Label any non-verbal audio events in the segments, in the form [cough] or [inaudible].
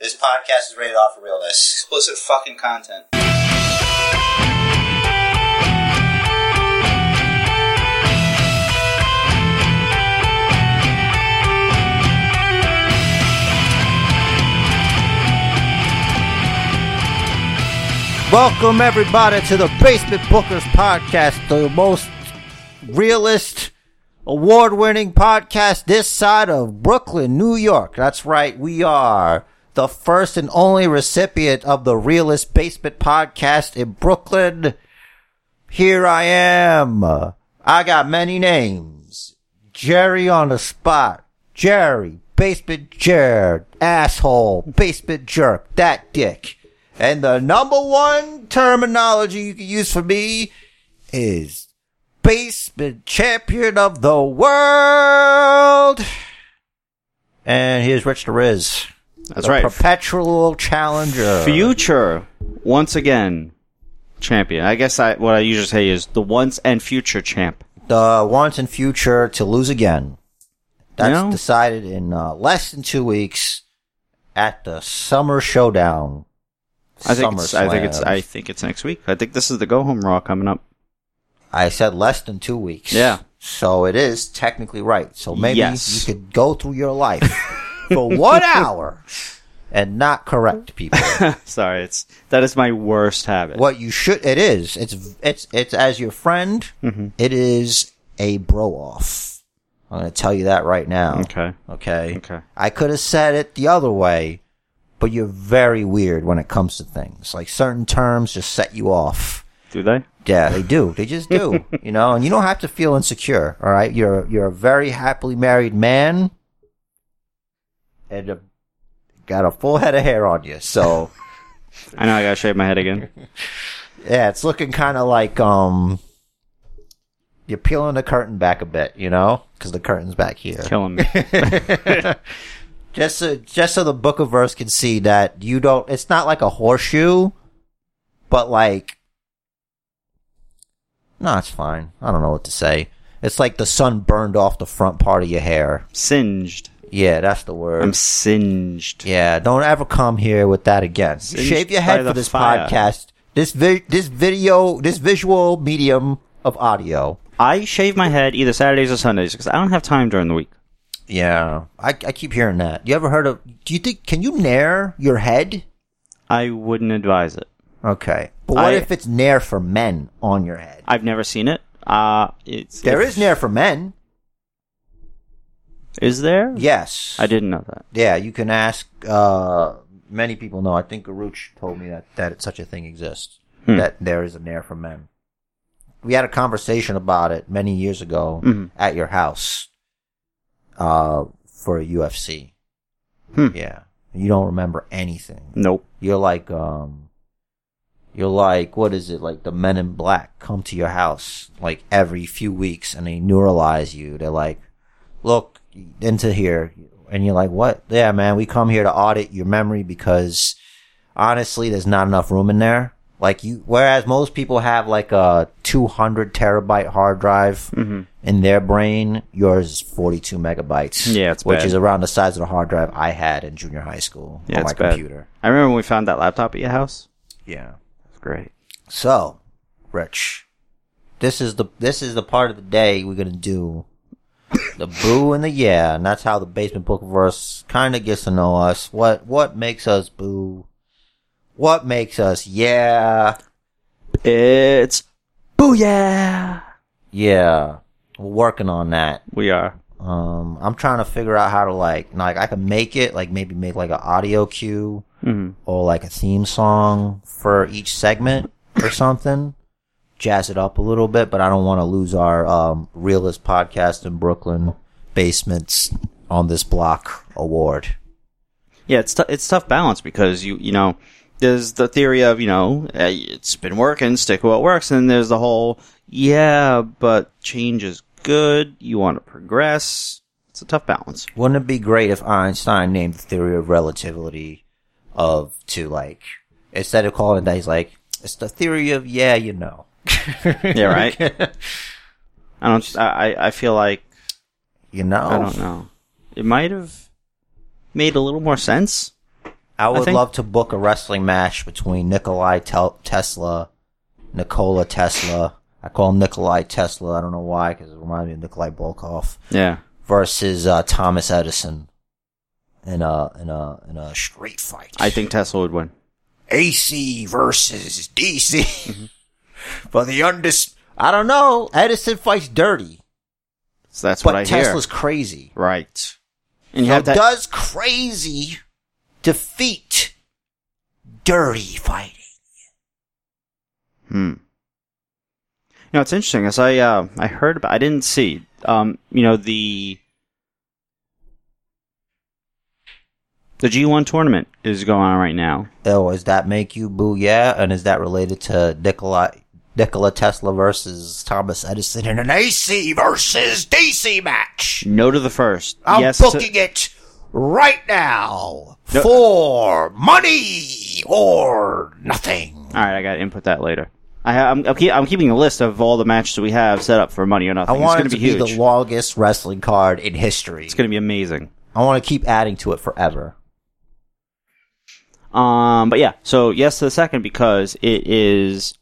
This podcast is rated off for realness. Explicit fucking content. Welcome everybody to the Basement Bookers podcast, the most realist, award-winning podcast this side of Brooklyn, New York. That's right, we are the first and only recipient of the Realist Basement podcast in Brooklyn. Here I am. I got many names. Jerry on the spot. Jerry, basement Jared, asshole, basement jerk, that dick. And the number one terminology you can use for me is basement champion of the world. And here's Rich the Riz. That's the right. Perpetual challenger. Future, once again, champion. I guess I what I usually say is the once and future champ. the once and future to lose again. That's No. decided in uh, less than two weeks at the Summer Showdown. I think it's, I think it's SummerSlam. I think it's next week. I think this is the go home raw coming up. [laughs] I said less than two weeks. Yeah. So it is technically right. So maybe Yes. you could go through your life for [laughs] one hour and not correct people. Sorry, it's that is my worst habit. what you should it is it's it's it's as your friend Mm-hmm. it is a bro off i'm gonna tell you that right now Okay. okay Okay. i could have said it the other way but you're very weird when it comes to things like certain terms just set you off Do they? yeah they do they just do you know and you don't have to feel insecure all right you're you're a very happily married man and a, got a full head of hair on you so I know I gotta shave my head [laughs] again. Yeah, it's looking kind of like um, you're peeling the curtain back a bit, you know, because the curtain's back here. Killing me. [laughs] Just so, just so the book of verse can see that you don't. It's not like a horseshoe, but like, no, it's fine. I don't know what to say. It's like the sun burned off the front part of your hair. Singed. Yeah, that's the word. I'm singed. Yeah, don't ever come here with that again. Singed Shave your by head for the this fire. podcast. This vi- this video, this visual medium of audio. I shave my head either Saturdays or Sundays because I don't have time during the week. Yeah, I, I keep hearing that. You ever heard of? Do you think can you nair your head? I wouldn't advise it. Okay, but what I- if it's nair for men on your head? I've never seen it. Uh it's There is nair for men. Is there? Yes, I didn't know that. Yeah, you can ask. Uh, many people know. I think Garuch told me that that such a thing exists. Hmm. That there is a Nair for men. We had a conversation about it many years ago Mhm. at your house. Uh, for UFC. Hmm. Yeah, you don't remember anything. Nope. You're like um. You're like, what is it? Like the men in black come to your house like every few weeks and they neuralize you. They're like, look into here. And you're like, what? Yeah, man, we come here to audit your memory because honestly, there's not enough room in there. Like you, whereas most people have like a 200 terabyte hard drive Mm-hmm. in their brain, yours is 42 megabytes. Yeah, it's Which bad. is around the size of the hard drive I had in junior high school Yeah, on it's my bad. computer. I remember when we found that laptop at your house. Yeah. It's great. So, Rich, this is the this is the part of the day we're gonna do the boo and the yeah, and that's how the basement book verse kind of gets to know us. What what makes us boo? What makes us yeah It's booyah. yeah? We're working on that. We are. Um, I'm trying to figure out how to like like I can make it like maybe make like an audio cue Mhm. or like a theme song for each segment or something. Jazz it up a little bit, but I don't want to lose our um, realist podcast in Brooklyn basements on this block award. Yeah, it's t- it's tough balance because you you know there's the theory of you know eh, it's been working, stick with what works, and there's the whole yeah, but change is good. You want to progress. It's a tough [laughs] balance. Wouldn't it be great if Einstein named the theory of relativity of to like instead of calling it that, he's like it's the theory of yeah, you know. Yeah, right. I don't. I I- I feel like You know. I don't know. It might have made a little more sense. I would think- love to book a wrestling match between Nikolai Tel- Tesla, Nikola Tesla. I call him Nikolai Tesla. I don't know why, because it reminds me of Nikolai Bolkov Yeah. versus uh, Thomas Edison in a in a in a street fight. I think Tesla would win. AC versus Mm-hmm. DC [laughs] for the undis. I don't know. Edison fights dirty, So that's what I but Tesla's crazy. hear. Right. And you So have that. does crazy defeat dirty fighting? Hmm. You know, it's interesting. As I uh, I heard about, I didn't see. Um, you know the the G one tournament is going on right now. Oh, does that make you boo yeah? And is that related to Nikola Nikola Tesla versus Thomas Edison in an AC versus DC match? No to the first. I'm yes. to- booking it right now No- for money or nothing. all right, I got to input that later. I ha- I'm I'm, keep- I'm keeping a list of all the matches we have set up for Money or I Nothing. it's want going it to be be huge. the longest wrestling card in history. it's going to be amazing. I want to keep adding to it forever. Um, but yeah, so yes to the second because it is.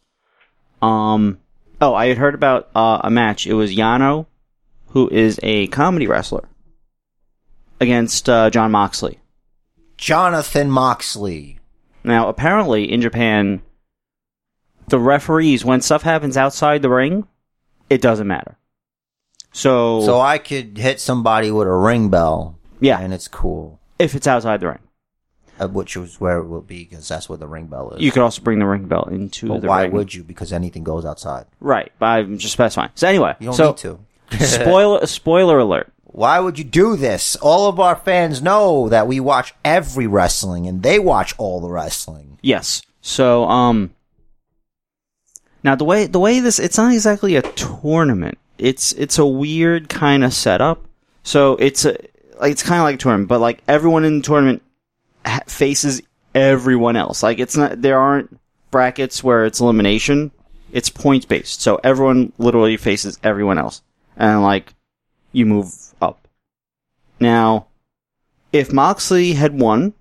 Um, oh, I had heard about uh, a match. It was Yano, who is a comedy wrestler, against uh, John Moxley. Jonathan Moxley. Now, apparently in Japan, the referees when stuff happens outside the ring, it doesn't matter. So, So I could hit somebody with a ring bell. Yeah. And it's cool. if it's outside the ring, Uh, Which is where it will be because that's where the ring bell is. you could also bring the ring bell into but the why ring. would you? Because anything goes outside. right? But I'm just specifying. So anyway, You don't so need to. [laughs] spoiler spoiler alert. Why would you do this? All of our fans know that we watch every wrestling and they watch all the wrestling. Yes. So, um, now the way the way this it's not exactly a tournament. It's it's a weird kind of setup. So it's a like, it's kind of like a tournament, but like everyone in the tournament ha- faces everyone else. Like it's not there aren't brackets where it's elimination. It's points based. So everyone literally faces everyone else, and like you move up. Now, if Moxley had won,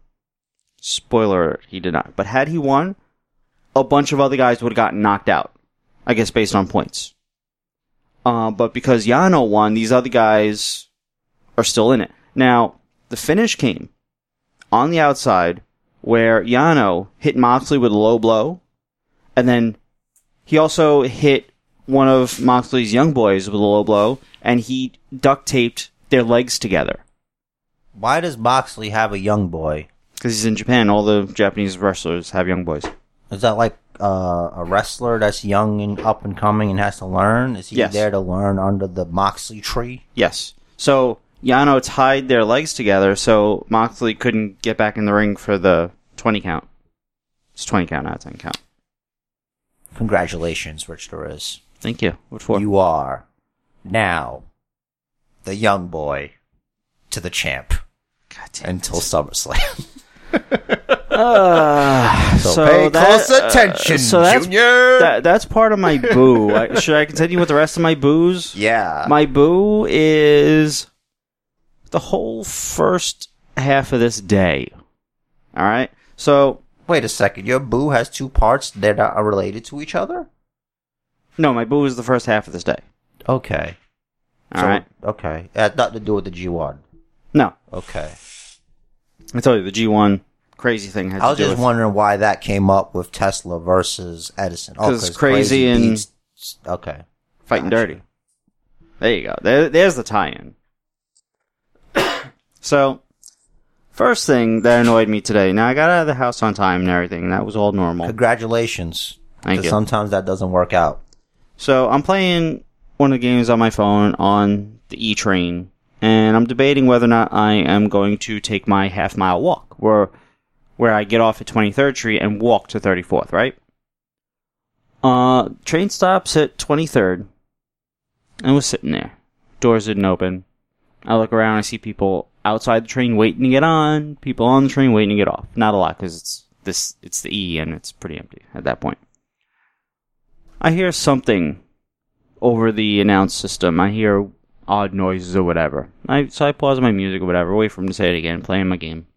spoiler alert, he did not. But had he won, a bunch of other guys would have gotten knocked out. I guess based on points. Uh, but because Yano won, these other guys are still in it. Now, the finish came on the outside where Yano hit Moxley with a low blow, and then he also hit one of Moxley's young boys with a low blow, and he duct taped their legs together. Why does Moxley have a young boy? Because he's in Japan, all the Japanese wrestlers have young boys. Is that like uh, a wrestler that's young and up and coming and has to learn? Is he Yes. there to learn under the Moxley tree? Yes. So Yano tied their legs together, so Moxley couldn't get back in the ring for the twenty count. It's twenty count, not ten count. Congratulations, Rich Torres. Thank you. What for? You are now the young boy to the champ God damn. [laughs] until SummerSlam. [laughs] Uh, so pay that- close attention, uh, so that's, Junior. that- that's part of my boo. I, should I continue with the rest of my boos? [laughs] yeah. My boo is the whole first half of this day. All right. So Wait a second. Your boo has two parts that are related to each other. no, my boo is the first half of this day. Okay. All right. Okay. It had nothing to do with the G one. No, Okay. I told you the G one crazy thing has I was to do just with wondering why that came up with Tesla versus Edison. Oh, 'Cause crazy and- beats- okay. fighting Gotcha. dirty. There you go. There, there's the tie-in. [coughs] so, first thing that annoyed me today. Now I got out of the house on time and everything. And that was all normal. Congratulations. Thank 'Cause you. Sometimes that doesn't work out. So I'm playing one of the games on my phone on the E train, and I'm debating whether or not I am going to take my half mile walk, where where I get off at 23rd Street and walk to 34th. Right. Uh, train stops at 23rd. I was sitting there. Doors didn't open. I look around. I see people outside the train waiting to get on. People on the train waiting to get off. Not a lot because it's this. It's the E and it's pretty empty at that point. I hear something over the announce system. I hear odd noises or whatever. I so I pause my music or whatever, wait for him to say it again, playing my game.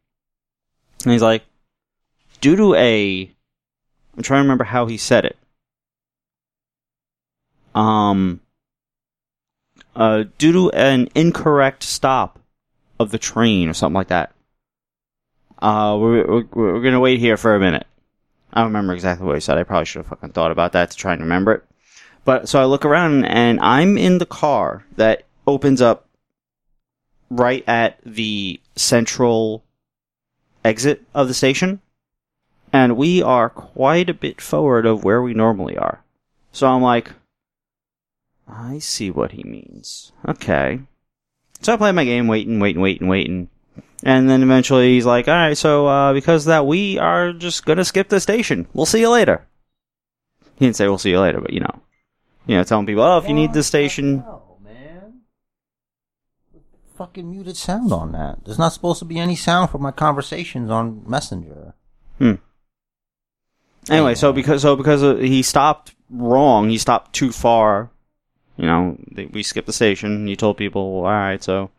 And he's like, due to a I'm trying to remember how he said it. Um uh due to an incorrect stop of the train or something like that. Uh we're we're, we're going to wait here for a minute. I don't remember exactly what he said. I probably should have fucking thought about that to try and remember it. But so I look around and I'm in the car that opens up right at the central exit of the station. And we are quite a bit forward of where we normally are. So I'm like, I see what he means. Okay. So I play my game, waiting, waiting, waiting, waiting. And then eventually he's like, all right, so uh, because of that, we are just going to skip the station. We'll see you later. He didn't say we'll see you later, but you know. You know, telling people, oh, if you need the station, Oh man. Fucking muted sound on that. There's not supposed to be any sound for my conversations on Messenger. Hmm. Anyway, so because so because uh, he stopped wrong, he stopped too far. You know, they, we skipped the station. He told people, well, "All right, so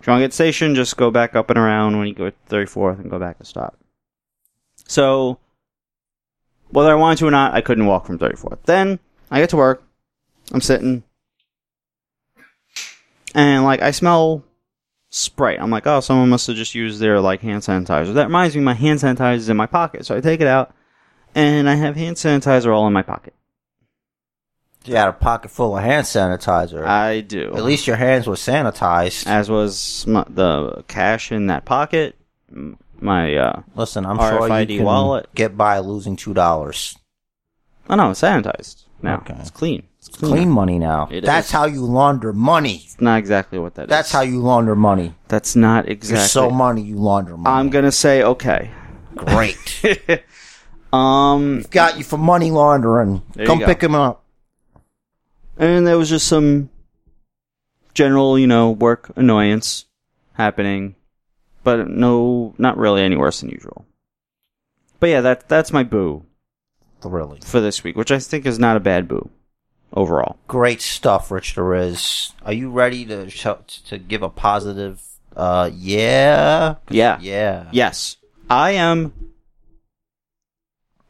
if you want to get to the station, just go back up and around when you go to 34th and go back and stop." So, whether I wanted to or not, I couldn't walk from 34th. Then I get to work. I'm sitting, and like I smell Sprite. I'm like, oh, someone must have just used their like hand sanitizer. That reminds me, my hand sanitizer is in my pocket. So I take it out, and I have hand sanitizer all in my pocket. You had a pocket full of hand sanitizer. I do. At least your hands were sanitized. as was my, the cash in that pocket. m- My uh, Listen, I'm sure you RFID can wallet. get by losing two dollars. oh no, it's sanitized now. Okay. It's clean. It's clean. Clean money now. It That's is. how you launder money. It's not exactly what that is. That's how you launder money. That's not exactly. You're so money, you launder money. I'm gonna say okay. [laughs] great. Um, Got you for money laundering. There you Come go. pick him up. and there was just some general, you know, work annoyance happening, but no, not really any worse than usual. But yeah, that that's my boo Thrilling. for this week, which I think is not a bad boo overall. Great stuff, Rich Derez. Are you ready to sh- to give a positive? Uh, yeah, Yeah. yeah. Yes, I am.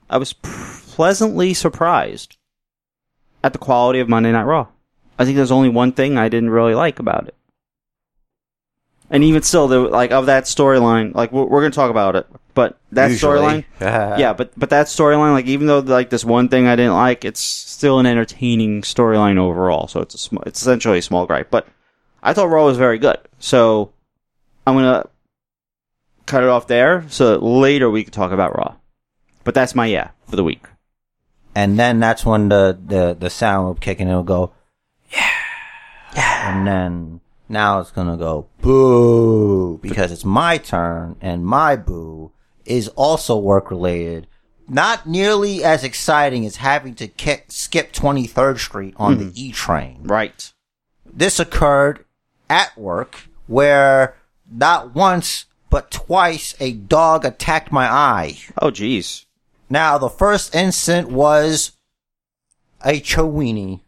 I was pleasantly surprised at the quality of Monday Night Raw. I think there's only one thing I didn't really like about it, and even still, the, like of that storyline, like we're, we're gonna talk about it, but that storyline, [laughs] yeah, but but that storyline, like even though like this one thing I didn't like, it's still an entertaining storyline overall. So it's a sm- it's essentially a small gripe, but I thought Raw was very good. So I'm gonna cut it off there. So that later we can talk about Raw. But that's my yeah for the week. And then that's when the the the sound will kick in. It'll go, yeah, yeah. And then now it's gonna go boo because it's my turn, and my boo is also work related. Not nearly as exciting as having to ki- skip 23rd Street Hmm. on the E train. Right. this occurred at work where not once but twice a dog attacked my eye. Oh jeez. Now the first incident was a Chiweenie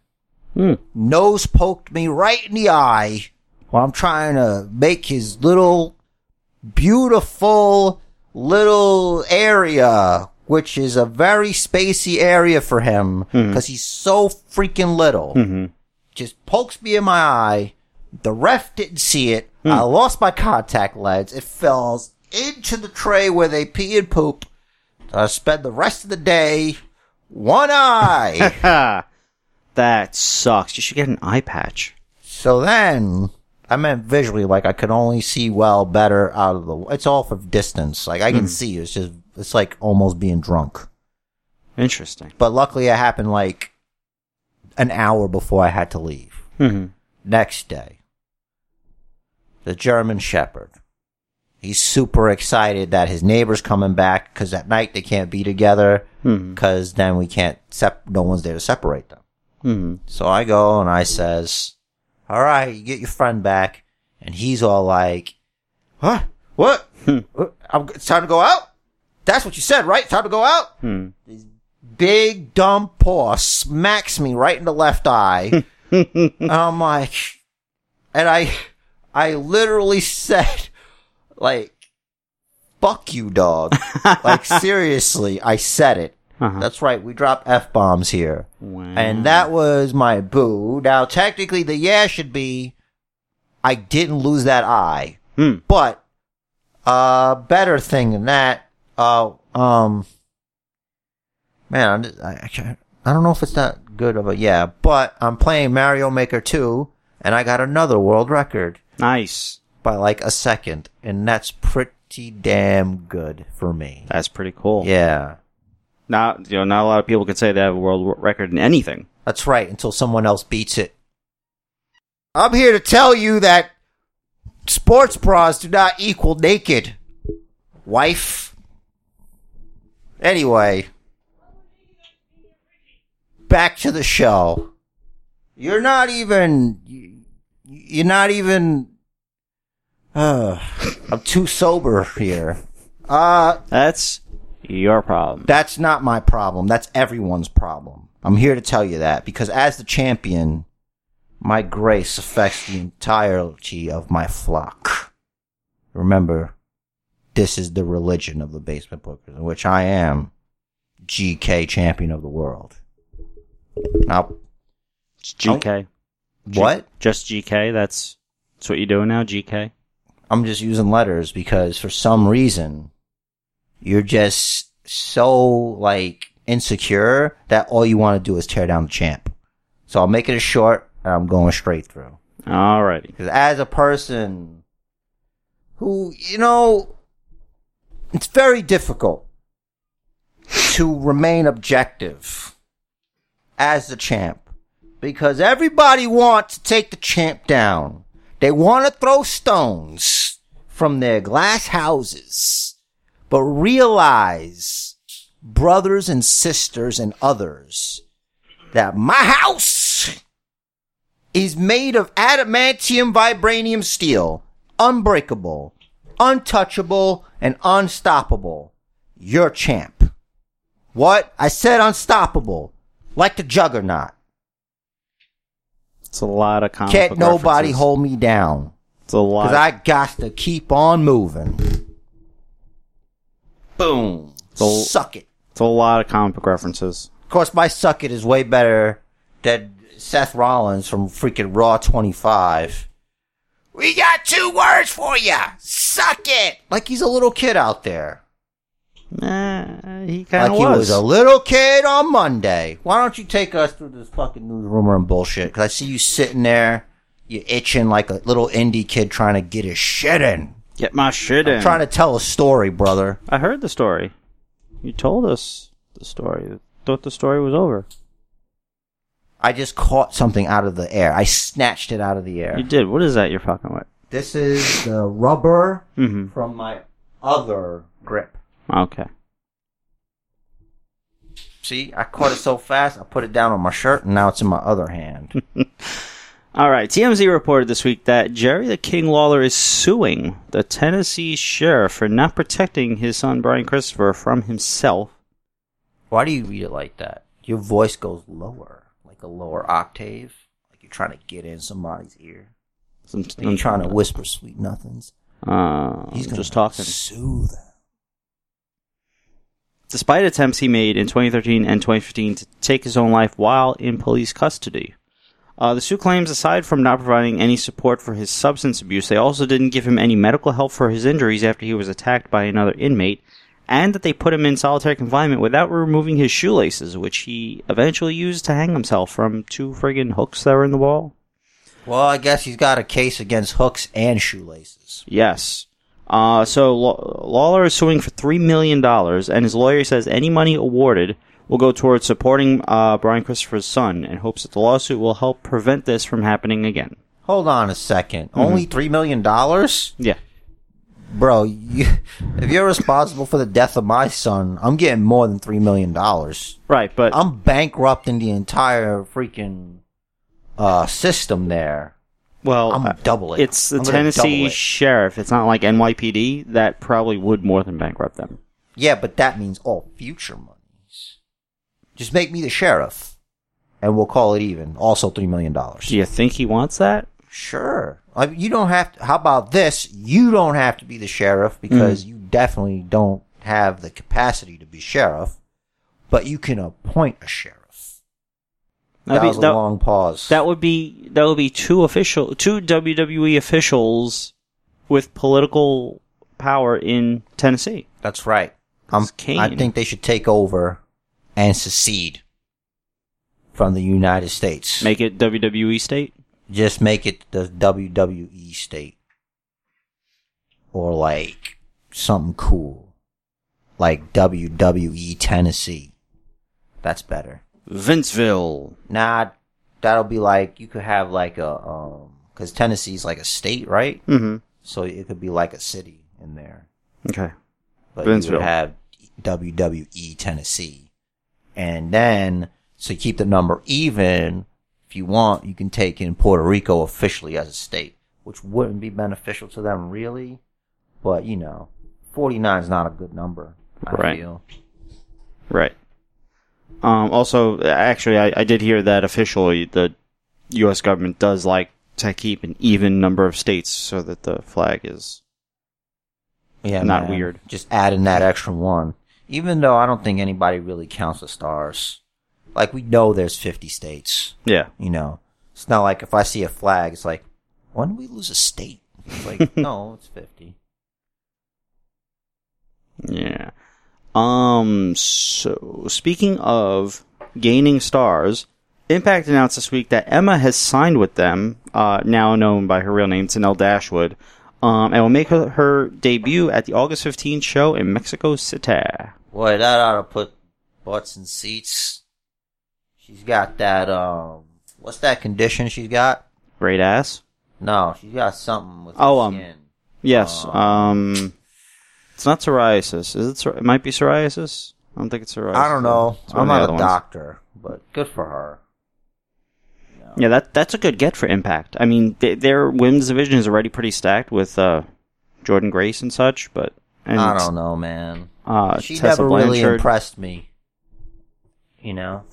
Hmm. nose poked me right in the eye while I'm trying to make his little beautiful little area, which is a very spacey area for him because he's so freaking little. Mm-hmm. Just pokes me in my eye. The ref didn't see it. I lost my contact lens. It falls into the tray where they pee and poop. I spend the rest of the day one eye. [laughs] Ha. [laughs] That sucks. You should get an eye patch. So then, I meant visually, like I could only see well better out of the. It's all for distance. Like I can see. It's just it's like almost being drunk. Interesting. But luckily, it happened like an hour before I had to leave. hmm Next day, the German Shepherd. He's super excited that his neighbor's coming back because at night they can't be together hmm because then we can't sep- no one's there to separate them. hmm So I go and I says, all right, you get your friend back. And he's all like, what? What? Hmm. What? I'm, it's time to go out? That's what you said, right? Time to go out? Hmm. Big dumb paw smacks me right in the left eye. [laughs] and [laughs] I'm like, and I, I literally said, like, fuck you, [laughs] dog. like, seriously, I said it. Uh-huh. That's right, we drop F bombs here. Wow. And that was my boo. Now, technically, the yeah should be, I didn't lose that eye. Hmm. But, uh, better thing than that, uh, um, man, I'm just, I, I can't, I don't know if it's that good of a yeah, but I'm playing Mario Maker 2, and I got another world record Nice. by like a second, and that's pretty damn good for me. That's pretty cool. Yeah. Not you know, not a lot of people can say they have a world record in anything. That's right, until someone else beats it. I'm here to tell you that sports bras do not equal naked. Wife. Anyway, back to the show. You're not even. you- You're not even. Uh, I'm too sober here. Uh, That's your problem. that's not my problem. That's everyone's problem. I'm here to tell you that because as the champion, my grace affects the entirety of my flock. Remember, this is the religion of the basement bookers, in which I am GK champion of the world. Now, It's GK. G- oh, what? Just GK. That's that's what you're doing now. GK. I'm just using letters because for some reason, you're just so like insecure that all you want to do is tear down the champ. So I'm making it short and I'm going straight through. Alrighty. Because as a person who, you know, it's very difficult to remain objective as the champ because everybody wants to take the champ down. They want to throw stones from their glass houses, but realize, brothers and sisters and others, that my house is made of adamantium vibranium steel, unbreakable, untouchable, and unstoppable. Your champ. What? I said unstoppable. Like the juggernaut. It's a lot of comic Can't book nobody references. hold me down. It's a lot. Because I got to keep on moving. Boom. So- suck it. it's a lot of comic book references. Of course, my suck it is way better than Seth Rollins from freaking Raw 25. We got two words for ya! Suck it! Like he's a little kid out there. Nah, he kind like of he was. was a little kid on Monday. Why don't you take us through this fucking news rumor and bullshit? Because I see you sitting there, you itching like a little indie kid trying to get his shit in. Get my shit in. Trying to tell a story, brother. I heard the story. You told us the story. Thought the story was over. I just caught something out of the air. I snatched it out of the air. You did. What is that you're fucking with? This is the rubber Mm-hmm. from my other grip. Okay. See, I caught it so fast, I put it down on my shirt, and now it's in my other hand. All right. TMZ reported this week that Jerry the King Lawler is suing the Tennessee sheriff for not protecting his son Brian Christopher from himself. Why do you read it like that? Your voice goes lower, like a lower octave, like you're trying to get in somebody's ear. I'm, You're trying to whisper sweet nothings. Uh, He's He's gonna just talking. Sue them. Despite attempts he made in 2013 and 2015 to take his own life while in police custody. Uh, the suit claims, aside from not providing any support for his substance abuse, they also didn't give him any medical help for his injuries after he was attacked by another inmate, and that they put him in solitary confinement without removing his shoelaces, which he eventually used to hang himself from two friggin' hooks that were in the wall. Well, I guess he's got a case against hooks and shoelaces. Yes. Uh, so Law- Lawler is suing for three million dollars, and his lawyer says any money awarded will go towards supporting uh, Brian Christopher's son, and hopes that the lawsuit will help prevent this from happening again. Hold on a 2nd Hmm. Only $3 million? Yeah. Bro, you, [laughs] if you're responsible for the death of my son, I'm getting more than $3 million. Right, but I'm bankrupting the entire freaking uh, system there. well, I'm uh, doubling. it's the I'm gonna double Tennessee it. sheriff. It's not like NYPD that probably would more than bankrupt them. Yeah, but that means all future monies. Just make me the sheriff, and we'll call it even. Also, $3 million. Do you think he wants that? Mm. Sure. I mean, you don't have to. How about this? You don't have to be the sheriff because you definitely don't have the capacity to be sheriff, but you can appoint a sheriff. That'd That be- was a that- long pause. That would be that would be two official two WWE officials with political power in Tennessee. That's right. I'm, It's Kane. I think they should take over and secede from the United States. Make it WWE state. Just make it the WWE state. Or like something cool. Like WWE Tennessee. That's better. Vinceville. Nah, that'll be like, you could have like a, um, cause Tennessee's like a state, right? Mm-hmm. So it could be like a city in there. Okay. but you Boonsville. would have WWE Tennessee. And then, so you keep the number even, if you want, you can take in Puerto Rico officially as a state, which wouldn't be beneficial to them really, but you know, 49 is not a good number, I Right. feel. Right. Um, also, actually, I, I did hear that officially the U.S. government does like to keep an even number of states so that the flag is. Yeah, Not man. weird. Just adding that extra one. Even though I don't think anybody really counts the stars. Like, we know there's 50 states. Yeah. You know, it's not like if I see a flag, it's like, when did we lose a state? It's [laughs] like, no, it's 50. Yeah. Um, so, speaking of gaining stars, Impact announced this week that Emma has signed with them, uh, now known by her real name, Tanel Dashwood, um, and will make her, her debut at the August 15th show in Mexico City. Boy, that ought to put butts in seats. She's got that, um, what's that condition she's got? Great ass. No, she's got something with Oh, her um, skin. Yes. Uh, Um, it's not psoriasis. Is it? psor- It might be psoriasis. I don't think it's psoriasis. I don't know. It's one of I'm the not other a ones. doctor, but good for her. Yeah, that that's a good get for Impact. I mean, th- their women's division is already pretty stacked with uh, Jordan Grace and such, but and I don't know, man. Uh, she Tessa never really Blanchard, impressed me. You know?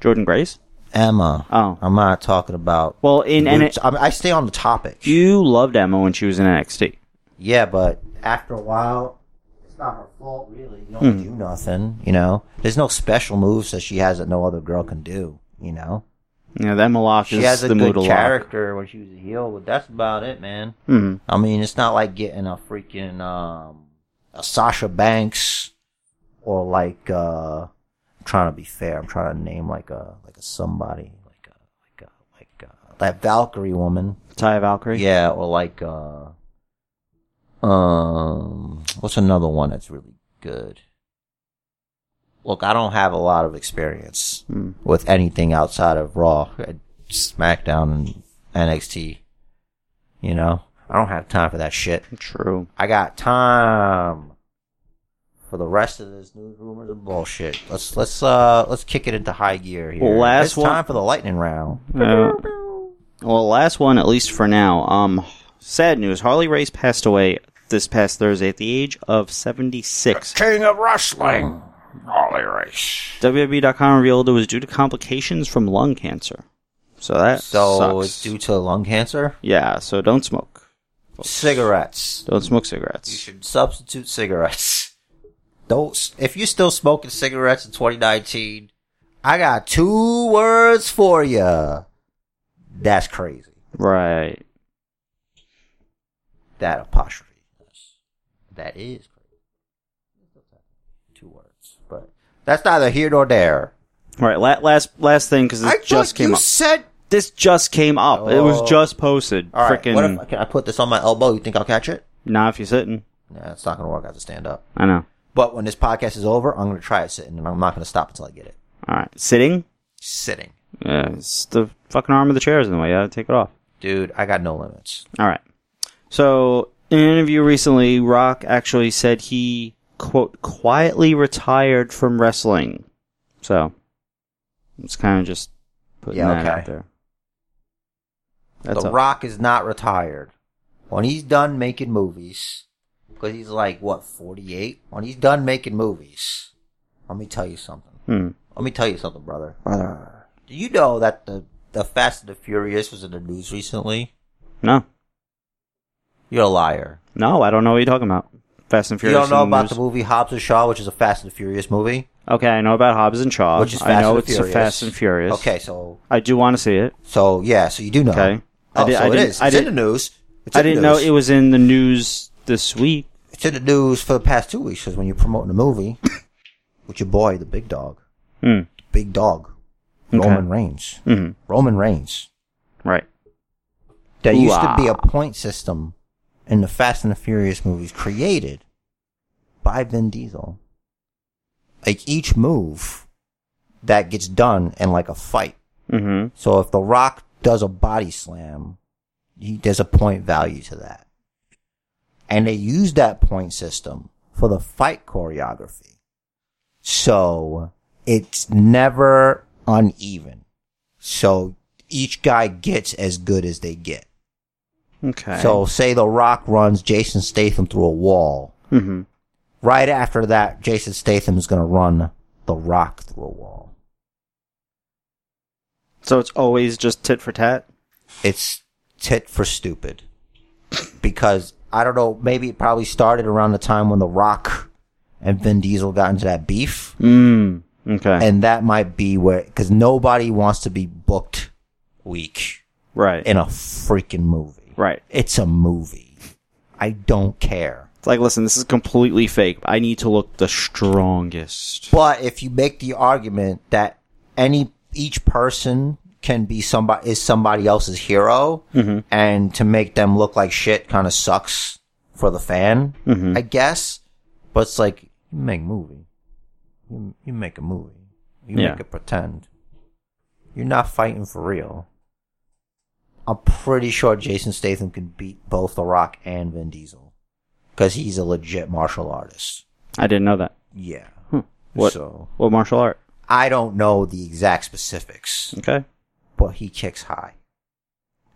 Jordan Grace. Emma. Oh. I'm not talking about. Well, in and Roots. I, mean, I stay on the topic. you loved Emma when she was in NXT. Yeah, but after a while, it's not her fault, really. You Hmm. don't do nothing, you know? There's no special moves that she has that no other girl can do, you know? Yeah, that Malak She is has a the good mood character when she was a heel, but that's about it, man. hmm I mean, it's not like getting a freaking, um, a Sasha Banks or like, uh, I'm trying to be fair. I'm trying to name like a, like a somebody, like a, like a, like a, that Valkyrie woman. Ty Valkyrie. Yeah, or like uh um what's another one that's really good? Look, I don't have a lot of experience Hmm. with anything outside of Raw, uh, SmackDown and NXT. You know? I don't have time for that shit. True. I got time for the rest of this news, rumors, and bullshit. Let's let's uh let's kick it into high gear here. Last it's one- time for the lightning round. Uh, well, last one, at least for now. Um, sad news. Harley Race passed away this past Thursday at the age of 76. King of wrestling, Harley Race. WWE.com E revealed it was due to complications from lung cancer. So that So sucks. it's due to lung cancer. yeah, so don't smoke. Cigarettes. Don't smoke You cigarettes. should substitute cigarettes. Don't. s- If you're still smoking cigarettes in 2019, I got two words for you. That's crazy. Right. That apostrophe. That is crazy. Two words, but that's neither here nor there. Right. La- last last thing because this I just thought came you up. said. this just came up. It was Oh. just posted. All right. Frickin' What if, can I put this on my elbow? You think I'll catch it? nah, if you're sitting. Nah, it's not gonna work. I have to stand up. I know. But when this podcast is over, I'm going to try it sitting, and I'm not going to stop until I get it All right. Sitting. sitting. Yeah, it's the fucking arm of the chair is in the way. Yeah, take it off. Dude, I got no limits. All right. So, in an interview recently, Rock actually said he, quote, quietly retired from wrestling. So, it's kind of just putting Yeah, that okay. out there. That's the all. Rock is not retired. When he's done making movies, because he's like what 48. When he's done making movies, let me tell you something. Hmm. Let me tell you something, brother. Do you know that the the Fast and the Furious was in the news recently? No. You're a liar. No, I don't know what you're talking about. Fast and You Furious. don't know and about the there's- movie Hobbs and Shaw, which is a Fast and Furious movie, Okay, I know about Hobbs and Shaw. which is Fast Uh, I know and it's a Furious. Fast and Furious. Okay, so I do want to see it. so yeah, so you do know. Okay. I Oh, did- so I it didn't- is. I It's in the didn't- news. It's I in the didn't know news. it was in the news this week. It's in the news for the past two weeks because when you're promoting a movie [coughs] with your boy, the big dog, Hmm. big dog, Okay. Roman Reigns, Mhm. Roman Reigns. Right. There used to be a Ooh-ah. point system in the Fast and the Furious movies created by Vin Diesel. Like each move that gets done in like a fight. hmm So if The Rock does a body slam, he, there's a point value to that. And they use that point system for the fight choreography. So it's never uneven. So each guy gets as good as they get. Okay. So say The Rock runs Jason Statham through a wall. hmm Right after that, Jason Statham is going to run The Rock through a wall. So it's always just tit for tat. It's tit for stupid. Because I don't know, maybe it probably started around the time when The Rock and Vin Diesel got into that beef. Mm. Okay. And that might be where, because nobody wants to be booked weak right. in a freaking movie. right. It's a movie. I don't care. It's like, listen, this is completely fake. I need to look the strongest. But if you make the argument that any each person can be somebody is somebody else's hero, Mm-hmm. and to make them look like shit kind of sucks for the fan, Mm-hmm. I guess. But it's like you make movie, you you make a movie, you Yeah. make it pretend. You're not fighting for real. I'm pretty sure Jason Statham can beat both The Rock and Vin Diesel because he's a legit martial artist. I didn't know that. Yeah. Hmm. What? So What martial art? I don't know the exact specifics, Okay. but he kicks high.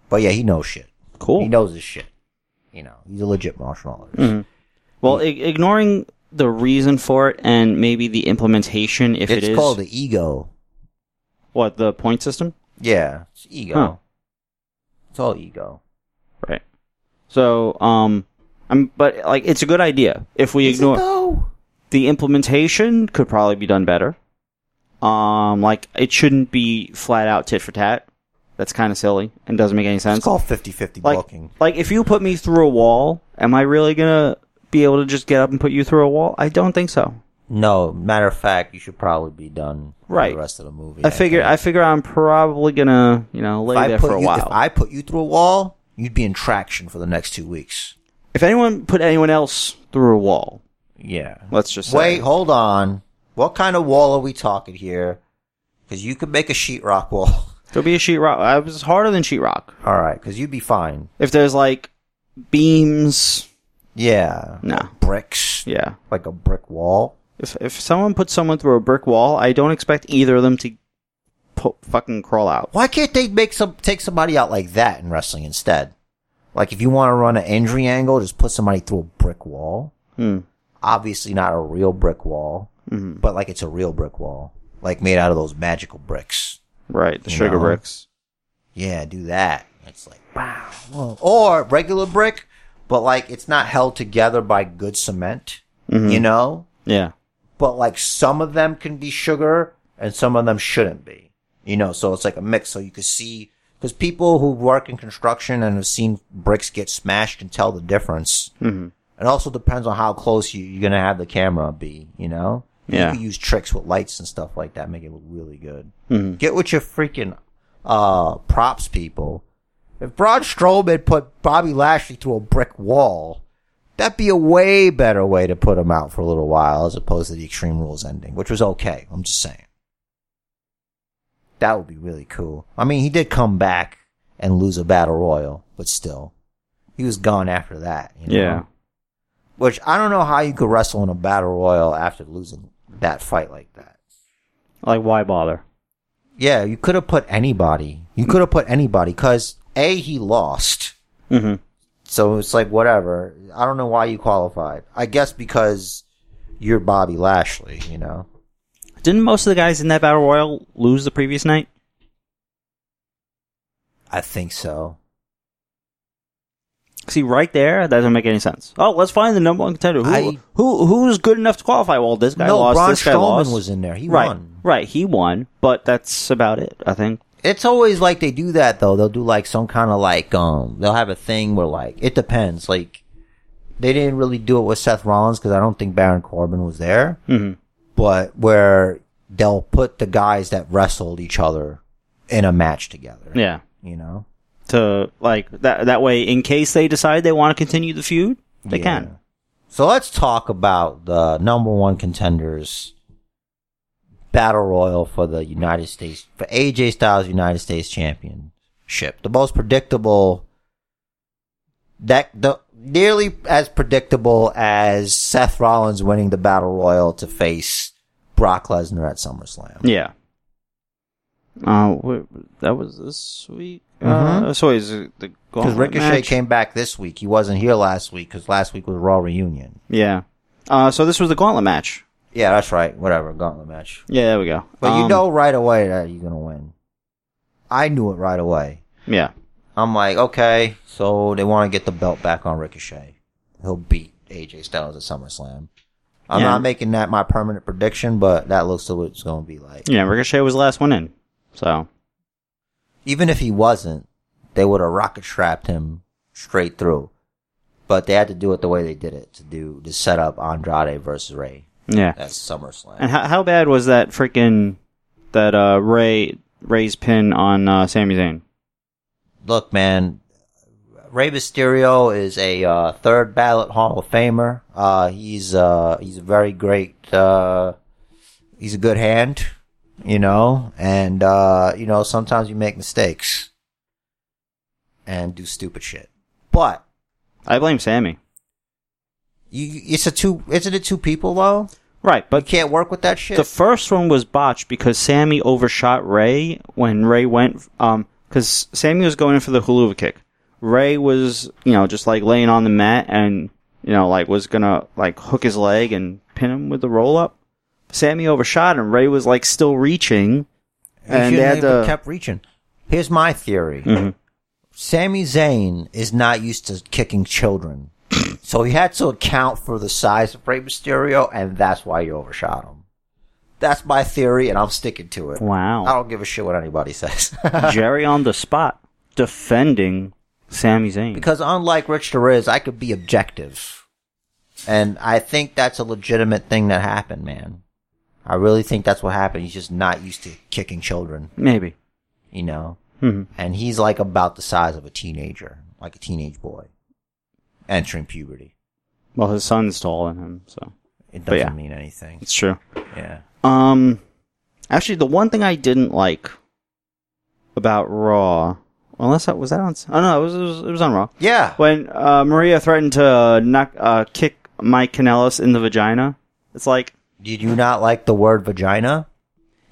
But yeah, he knows shit. Cool. Hmm. Mm-hmm. He knows his shit. You know, he's a legit martial artist. Well, I- ignoring the reason for it and maybe the implementation, if it's it is called the ego. what the point system, Yeah, it's ego. Huh. It's all ego. right? So, um, I'm but like it's a good idea if we Is it ignore though? the implementation could probably be done better. Um, like it shouldn't be flat out tit for tat. That's kind of silly and doesn't make any sense. It's called 50-50 like, booking. like if you put me through a wall, am I really gonna be able to just get up and put you through a wall? I don't think so. No, matter of fact, you should probably be done for Right. the rest of the movie. I figure think. I figure I'm probably gonna you know lay If I there put for a you, while. If I put you through a wall, you'd be in traction for the next two weeks. if anyone put anyone else through a wall, Yeah. let's just say, Wait, hold on. What kind of wall are we talking here? Because you could make a sheetrock wall. [laughs] there'll be a sheetrock. I was harder than sheetrock. All right, because you'd be fine. If there's like beams, Yeah. nah, Bricks, yeah. like a brick wall. If if someone puts someone through a brick wall, I don't expect either of them to pu- fucking crawl out. Why can't they make some take somebody out like that in wrestling instead? Like if you want to run an injury angle, just put somebody through a brick wall. Hmm. Obviously, not a real brick wall, Mhm. but like it's a real brick wall, like made out of those magical bricks. Right, the sugar No. bricks. Yeah, do that. It's like wow. whoa. Or regular brick, but like it's not held together by good cement, you know. Mm-hmm. Yeah, But like some of them can be sugar and some of them shouldn't be, you know. So it's like a mix. So you can see because people who work in construction and have seen bricks get smashed can tell the difference. Mhm. It also depends on how close you, you're gonna have the camera be, you know. Yeah. You can use tricks with lights and stuff like that, make it look really good. Mhm. Get with your freaking uh props people. If Braun Strowman put Bobby Lashley through a brick wall, that'd be a way better way to put him out for a little while as opposed to the Extreme Rules ending, which was okay. I'm just saying. That would be really cool. I mean, he did come back and lose a battle royal, but still. He was gone after that. You know? yeah. Which I don't know how you could wrestle in a battle royal after losing that fight like that. Like, why bother? Yeah, you could have put anybody. You could have put anybody because A, he lost. hmm So it's like, whatever. I don't know why you qualified. I guess because you're Bobby Lashley, you know? Didn't most of the guys in that battle royal lose the previous night? I think so. See, right there, that doesn't make any sense. Oh, let's find the number one contender. Who, I- who who's good enough to qualify? Well, this guy no, lost. Braun this guy Strowman lost. was in there. He right, won. right. He won, but that's about it. I think. It's always like they do that though. They'll do like some kind of like um. They'll have a thing where like it depends. Like they didn't really do it with Seth Rollins because I don't think Baron Corbin was there. Mhm. But where they'll put the guys that wrestled each other in a match together. Yeah. You know. To like that that way, in case they decide they want to continue the feud, they Yeah. can. So let's talk about the number one contenders battle royal for the United States for AJ Styles United States Championship. The most predictable that the nearly as predictable as Seth Rollins winning the battle royal to face Brock Lesnar at SummerSlam. Yeah. Uh, wait, that was this week. Uh, so is it the Mm-hmm. Because gauntlet Ricochet match? came back this week. He wasn't here last week because last week was Raw reunion. Yeah. Uh, so this was the gauntlet match. Yeah, that's right. Whatever, gauntlet match. Yeah, there we go. But you Um, know right away that you're gonna win. I knew it right away. Yeah. I'm like, okay, so they want to get the belt back on Ricochet. He'll beat AJ Styles at SummerSlam. I'm Yeah. not making that my permanent prediction, but that looks to what it's gonna be like. Yeah. Ricochet was the last one in. So. Even if he wasn't, they would have rocket strapped him straight through. But they had to do it the way they did it to do to set up Andrade versus Ray Yeah. at SummerSlam. And how, how bad was that freaking that uh Ray Ray's pin on uh, Sami Zayn? look, man, Rey Mysterio is a uh, third ballot Hall of Famer. Uh, he's uh, he's a very great. Uh, he's a good hand, you know, and uh, you know sometimes you make mistakes and do stupid shit, but I blame Sammy. you, it's a two. Isn't it two people though? Right, You but can't work with that shit. the first one was botched because Sammy overshot Ray when Ray went um because Sammy was going in for the huluva kick. Ray was you know just like laying on the mat and you know like was gonna like hook his leg and pin him with the roll up. Sammy overshot and Ray was like still reaching. You and they shouldn't had even to- kept reaching. Here's my theory. Sami Zayn is not used to kicking children. so he had to account for the size of Rey Mysterio, and that's why you overshot him. That's my theory, and I'm sticking to it. I Wow, don't give a shit what anybody says. [laughs] Jerry on the spot defending Sami Zayn. because unlike Rich Riz, I could be objective. And I think that's a legitimate thing that happened, man. I really think that's what happened. He's just not used to kicking children, Maybe. you know? hmm and he's like about the size of a teenager, like a teenage boy entering puberty. Well, his son's taller than him, so It But doesn't yeah. mean anything. it's true. Yeah. Um, actually, the one thing I didn't like about Raw, unless that was that on, s- oh no, it was it was, it was on Raw Yeah. when uh, Maria threatened to uh, knock uh, kick Mike Kanellis in the vagina. It's like Did you not like the word vagina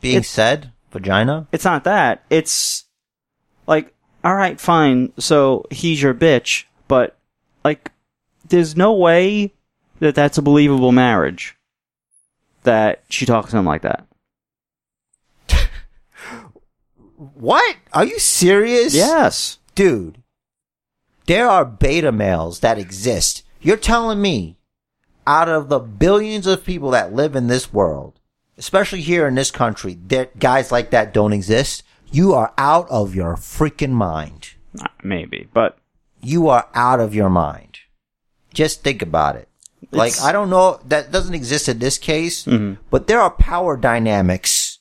being It's- said? Vagina? it's not that. It's like all right, fine. So he's your bitch, but like, there's no way that that's a believable marriage. That she talks to him like that. What? Are you serious? Yes. Dude, there are beta males that exist. You're telling me out of the billions of people that live in this world, especially here in this country, that guys like that don't exist? You are out of your freaking mind. Uh, Maybe, but you are out of your mind. Just think about it. Like, It's- I don't know, that doesn't exist in this case, but there are power dynamics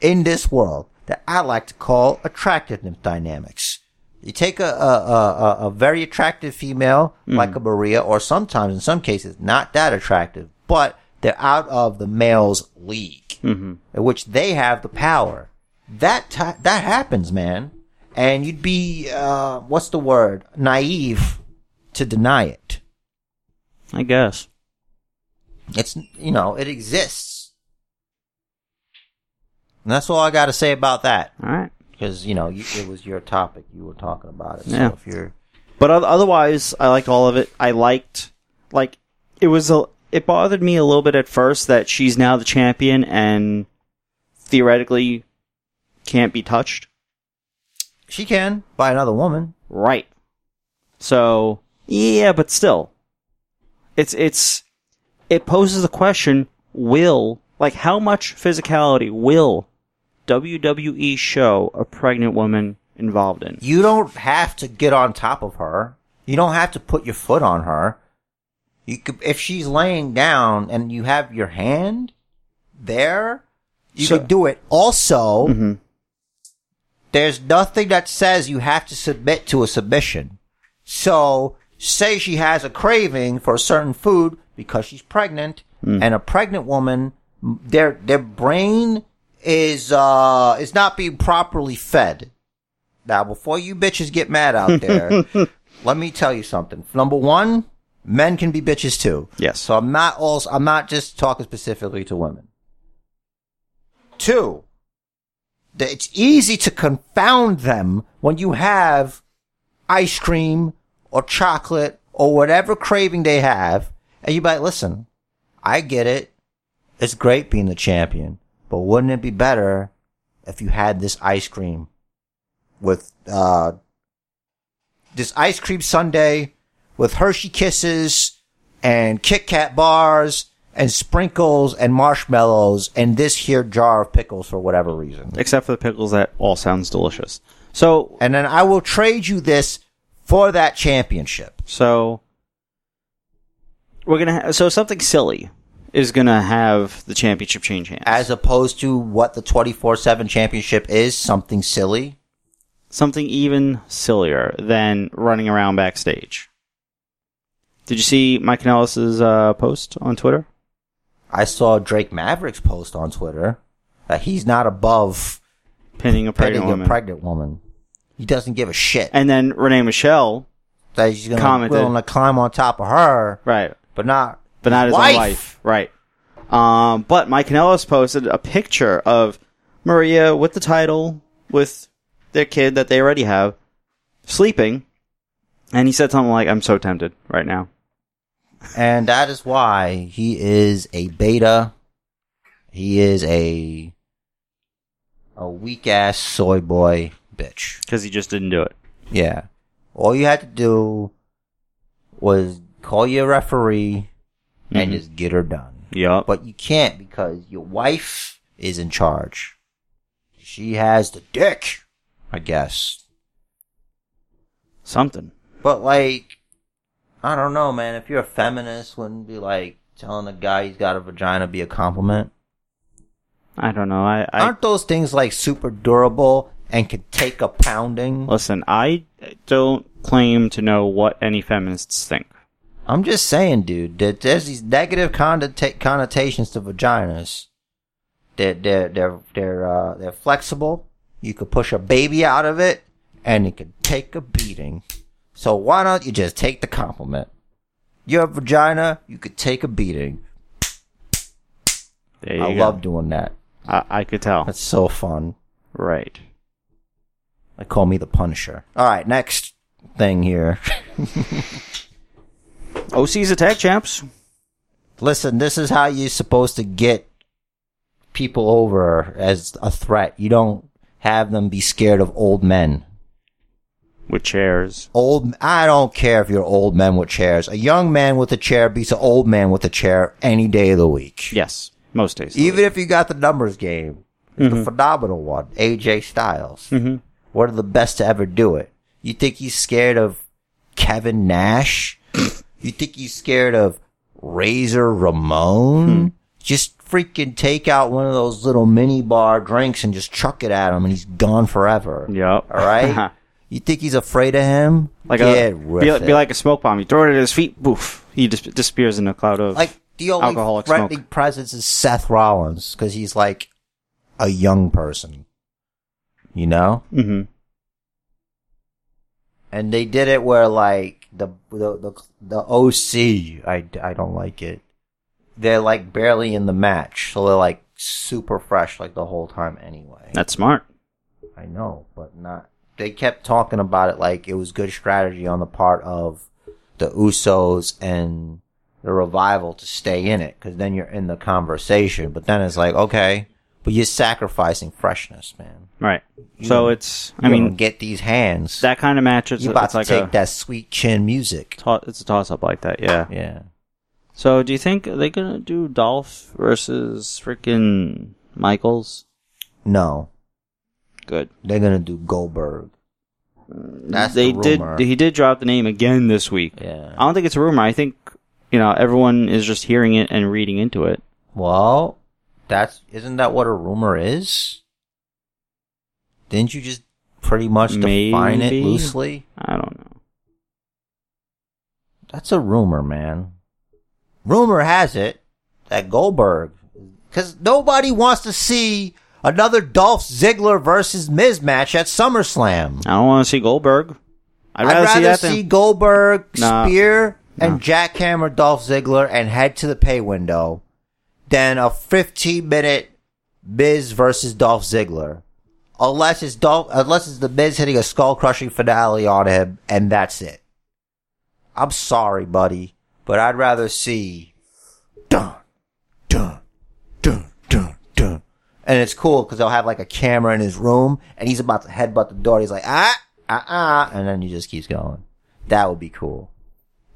in this world that I like to call attractiveness dynamics. You take a, a, a, a- a very attractive female, like a Maria, or sometimes in some cases, not that attractive, but they're out of the male's league Mm-hmm. in which they have the power. That ti that happens, man. And you'd be uh, what's the word? Naive to deny it. I guess. It's you know it exists. And that's all I got to say about that All right. because you know you, it was your topic you were talking about it. Yeah. So if you're But oth- otherwise, I liked all of it. I liked, like, it was a, it bothered me a little bit at first that she's now the champion and theoretically can't be touched. she can by another woman. Right. So yeah, but still, it's it's it poses the question: Will like how much physicality will WWE show a pregnant woman involved in? You don't have to get on top of her. You don't have to put your foot on her. You could, if she's laying down and you have your hand there, you So- could do it. Also, Mhm. there's nothing that says you have to submit to a submission. So, say she has a craving for a certain food because she's pregnant, and a pregnant woman, m- their their brain is uh is not being properly fed. Now, before you bitches get mad [laughs] out there, Mm-hmm. let me tell you something. Number one, men can be bitches too. Yes. So I'm not also I'm not just talking specifically to women. Two, that it's easy to confound them when you have ice cream or chocolate or whatever craving they have, and you be like, listen, I get it. It's great being the champion, but wouldn't it be better if you had this ice cream with uh this ice cream sundae with Hershey kisses and Kit Kat bars and sprinkles and marshmallows and this here jar of pickles for whatever reason. Except for the pickles, that all sounds delicious. So And then I will trade you this for that championship. So we're gonna ha- so something silly is gonna have the championship change hands. As opposed to what the 24-7 championship is, something silly. something even sillier than running around backstage. Did you see Mike Kanellis' uh, post on Twitter? I saw Drake Maverick's post on Twitter that he's not above Pinning a pregnant petting a woman. pregnant woman. He doesn't give a shit. and then Renee Michelle, that he's gonna commented. willing to climb on top of her, right, but not but not his own wife, right? Um, but Mike Kanellis posted a picture of Maria with the title with their kid that they already have sleeping, and he said something like, "I'm so tempted right now." And that is why he is a beta. He is a a weak ass soy boy bitch. Because he just didn't do it. Yeah. All you had to do was call your referee and Mhm. just get her done. Yup. But you can't because your wife is in charge. She has the dick, I guess. Something. But like, I don't know, man. If you're a feminist, wouldn't be like telling a guy he's got a vagina be a compliment. I don't know. I, I Aren't those things like super durable and can take a pounding? listen. I don't claim to know what any feminists think. I'm just saying, dude. That there's these negative condita- connotations to vaginas. They're they're they're they're uh, they're flexible. You could push a baby out of it, and it could take a beating. So why don't you just take the compliment? Your vagina, you could take a beating. There you I go. love doing that. I, I could tell. That's so fun. right. They call me the Punisher. All right, next thing here. OC's attack champs. Listen, this is how you're supposed to get people over as a threat. You don't have them be scared of old men. With chairs. Old, I don't care if you're old men with chairs. A young man with a chair beats an old man with a chair any day of the week. Yes. Most Mm-hmm. days. Even if you got the numbers game, it's the phenomenal one, AJ Styles. hmm one of the best to ever do it. You think he's scared of [laughs] Kevin Nash? you think he's scared of Razor Hmm. Ramon? Just freaking take out one of those little mini bar drinks and just chuck it at him and he's gone forever. Yup. All right? you think he's afraid of him? [laughs] like Get a with be, it. be like a smoke bomb. You throw it at his feet. Boof. He dis- disappears in a cloud of. Like, the only Alcoholic smoke. threatening presence is Seth Rollins because he's like a young person. You know? hmm and they did it where like the the the, the OC I, I don't like it. They're like barely in the match, so they're like super fresh like the whole time anyway. That's smart. I know, but not. They kept talking about it like it was good strategy on the part of the Usos and the revival to stay in it because then you're in the conversation. But then it's like, okay, but you're sacrificing freshness, man. Right. So it's, I You mean, don't get these hands. that kind of match, it's, you're about it's to like take a, that sweet chin music. to- it's a toss up like that, yeah. Yeah. So do you think they're going to do Dolph versus freaking Michaels? No, Good. they're gonna do Goldberg. Mm, That's they the did, rumor. he did drop the name again this week. Yeah. I don't think it's a rumor. I think, you know, everyone is just hearing it and reading into it. Well, that's isn't that what a rumor is? Didn't you just pretty much define it Maybe. loosely? I don't know. That's a rumor, man. Rumor has it that Goldberg, because nobody wants to see another Dolph Ziggler versus Miz match at SummerSlam. I don't want to see Goldberg. I'd rather, see that than. Goldberg, Nah. Spear, Nah. and jackhammer Dolph Ziggler and head to the pay window than a 15 minute Miz versus Dolph Ziggler. Unless it's Dolph, unless it's the Miz hitting a skull crushing finale on him, and that's it. I'm sorry, buddy, but I'd rather see dun, dun, dun, dun, dun. And it's cool because they'll have like a camera in his room, and he's about to headbutt the door. He's like ah, ah, ah, and then he just keeps going. That would be cool.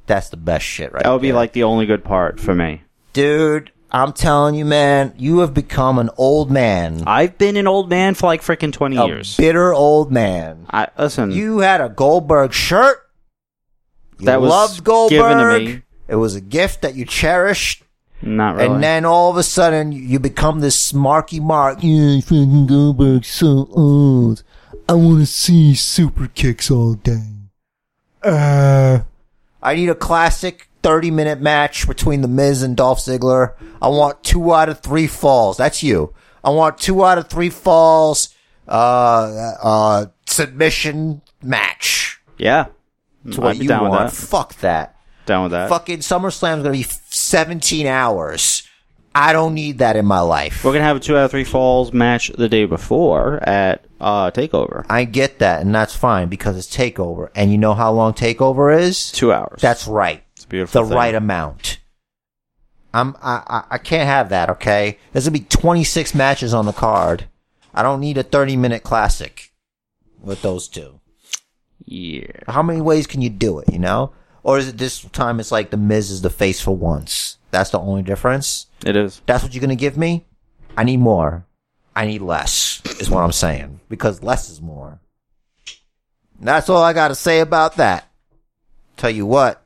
That's the best shit, right? That would be there. like the only good part for me. dude. I'm telling you, man, you have become an old man, I've been an old man for like freaking 20 a years. bitter old man. I listen. Oh, You had a Goldberg shirt. You That was loved Goldberg. given to me. It was a gift that you cherished, not really. and then all of a sudden you- you become this smarky mark. Yeah, fucking Goldberg's so old. I want to see super kicks all day. Uh, I need a classic thirty-minute match between the Miz and Dolph Ziggler. I want two out of three falls. That's you. I want two out of three falls. Uh, uh, submission match. yeah, That's what I'd be you down with want. that. Fuck that Down with that. fucking SummerSlam's gonna be 17 hours. I don't need that in my life. We're gonna have a two out of three falls match the day before at uh, Takeover. I get that, and that's fine because it's Takeover, and you know how long Takeover is. Two hours. That's right, it's a beautiful. the thing. right amount. I'm I, I I can't have that. Okay, there's gonna be 26 matches on the card. I don't need a 30 minute classic with those two. Yeah. How many ways can you do it? You know, or is it this time? It's like the Miz is the face for once. That's the only difference. It is. That's what you're gonna give me? I need more. I need less, is what I'm saying. Because less is more. That's all I gotta say about that. Tell you what,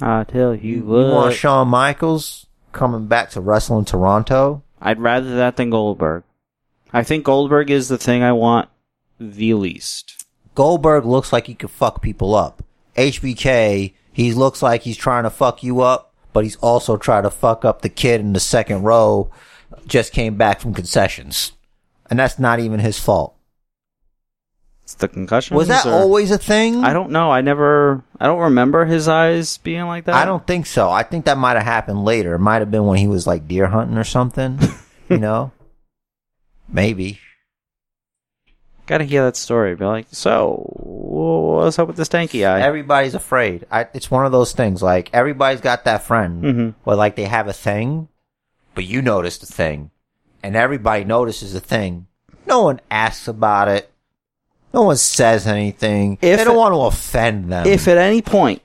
I tell you you want what. Shawn Michaels coming back to wrestle in Toronto? I'd rather that than Goldberg. I think Goldberg is the thing I want the least. Goldberg looks like he could fuck people up. HBK, he looks like he's trying to fuck you up, but he's also trying to fuck up the kid in the second row. Just came back from concessions. And that's not even his fault. It's the concussion. Was that always a thing? I don't know. I never. I don't remember his eyes being like that. I don't think so. I think that might have happened later. It might have been when he was like deer hunting [laughs] or something. you know? Maybe. Gotta hear that story. Be like, so what's up with this tanky eye? Everybody's afraid. I, it's one of those things. Like, everybody's got that friend Mhm. where, like, they have a thing, but you notice the thing. And everybody notices the thing. No one asks about it. No one says anything. If they don't it- want to offend them. if at any point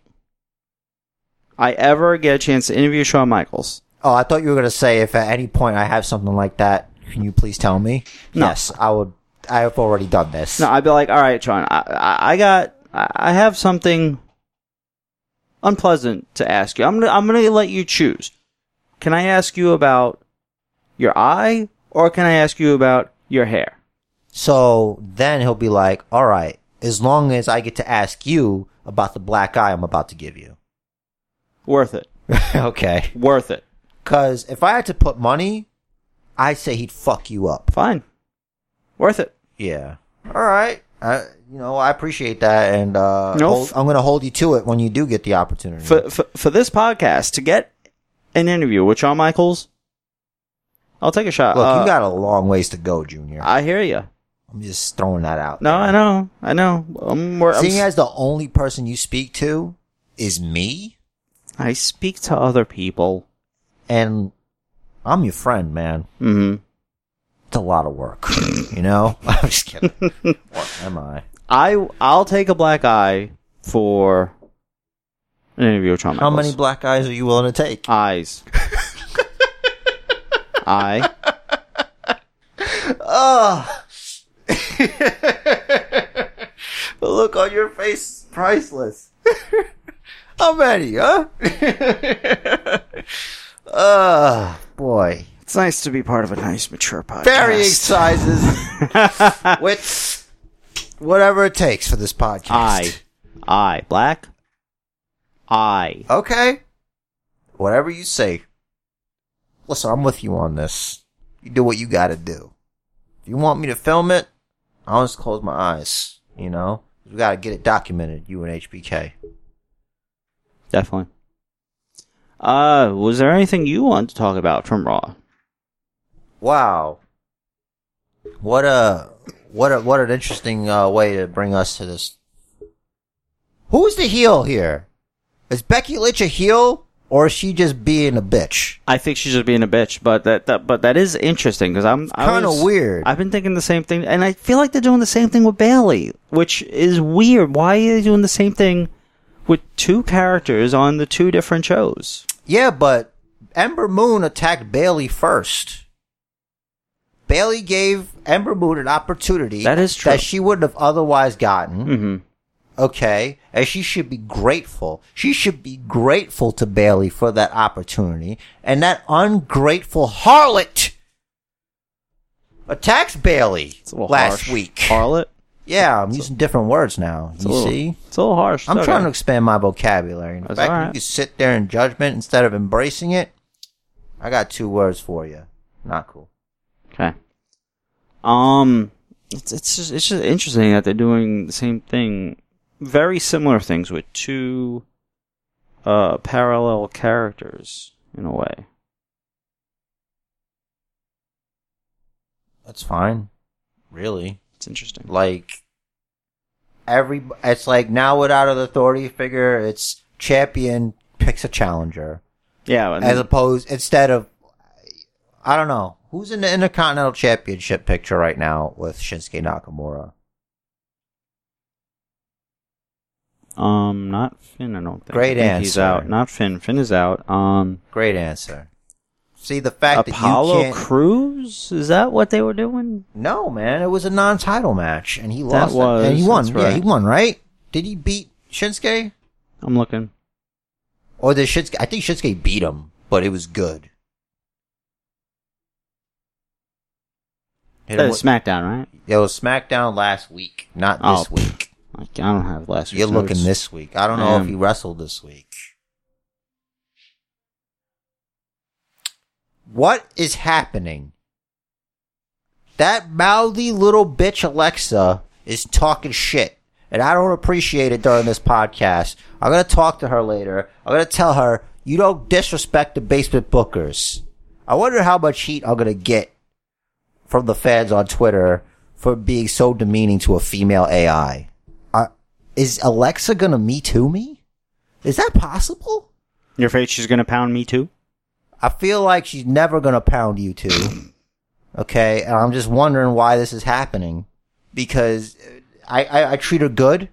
I ever get a chance to interview Shawn Michaels, oh, I thought you were going to say, if at any point I have something like that, can you please tell me? No. Yes, I would. I have already done this. no, I'd be like, all right, Sean, I, I, I got, I I have something unpleasant to ask you. I'm gonna, I'm gonna let you choose. Can I ask you about your eye, or can I ask you about your hair? So then he'll be like, all right, as long as I get to ask you about the black eye I'm about to [laughs] give you. Worth it, okay. worth it. Because if I had to put money, I'd say he'd fuck you up. Fine, worth it. Yeah. All right. I, you know, I appreciate that. And uh, No, hold- f- uh, I'm going to hold you to it when you do get the opportunity. For, for for this podcast to get an interview with Shawn Michaels, I'll take a shot. Look, Uh, you got a long ways to go, Junior. I, I hear you. am just throwing that out. No, there. I know, I know. I'm, wor- I'm Seeing s- as the only person you speak to is me, I speak to other people. and I'm your friend, man. Mm-hmm. It's a lot of work, you know. [laughs] I'm just kidding. what am I? I I'll take a black eye for an interview with Shawn How Michaels. many black eyes are you willing to [laughs] take? eyes? I The look on your face is priceless. [laughs] How many, [laughs] huh? Ah, boy. It's nice to be part of a nice mature podcast. Varying [laughs] sizes [laughs] with whatever it takes for this podcast. I I black I Okay. Whatever you say. Listen, I'm with you on this. You do what you gotta do. If you want me to film it, I'll just close my eyes, you know? We gotta get it documented, you and HBK. definitely. Uh, was there anything you wanted to talk about from Raw? Wow. What a what a what an interesting uh, way to bring us to this. Who's the heel here? Is Becky Lynch a heel or is she just being a bitch? I think she's just being a bitch, but that, that but that is interesting because I'm I kinda was- weird. I've been thinking the same thing, and I feel like they're doing the same thing with Bailey, which is weird. Why are they doing the same thing with two characters on the two different shows? Yeah, but Ember Moon attacked Bailey first. Bailey gave Ember Moon an opportunity That is true. that she wouldn't have otherwise gotten. Mm-hmm. Okay. And she should be grateful. She should be grateful to Bailey for that opportunity. And that ungrateful harlot attacks Bailey last week. Harlot. yeah, I'm using different words now. It's a You little- see? it's a little harsh. I'm Okay. trying to expand my vocabulary. In That's fact, alright. you can sit there in judgment instead of embracing it. I got two words for you. Not cool. Okay. Um, it's it's just, it's just interesting that they're doing the same thing, very similar things with two uh parallel characters in a way. That's fine. Really? It's interesting. Like every it's like now without an authority figure, it's champion picks a challenger Yeah, and as opposed instead of I don't know who's in the Intercontinental Championship picture right now with Shinsuke Nakamura. um, not Finn. I don't think. Great I think He's answer. out. Not Finn. Finn is out. Um, Great answer. See the fact that you Apollo can't. Cruz. Is that what they were doing? No, man, it was a non-title match, and he lost. it. was- and he won. that's Yeah, right. he won, right? Did he beat Shinsuke? I'm looking. Or did Shinsuke? I think Shinsuke beat him, but it was good. It That was, is Uh, SmackDown, right? it was SmackDown last week, not Oh, this week. Like, I don't have last. You're week's looking notes. this week. I don't know I if am. he wrestled this week. What is happening? That mouthy little bitch Alexa is talking shit. And I don't appreciate it during this podcast. I'm going to talk to her later. I'm going to tell her, you don't disrespect the basement bookers. I wonder how much heat I'm going to get from the fans on Twitter for being so demeaning to a female AI. I, is Alexa gonna me too me? Is that possible? You're afraid she's gonna pound me too? I feel like she's never gonna pound you two. Okay, and I'm just wondering why this is happening because I, I, I treat her good,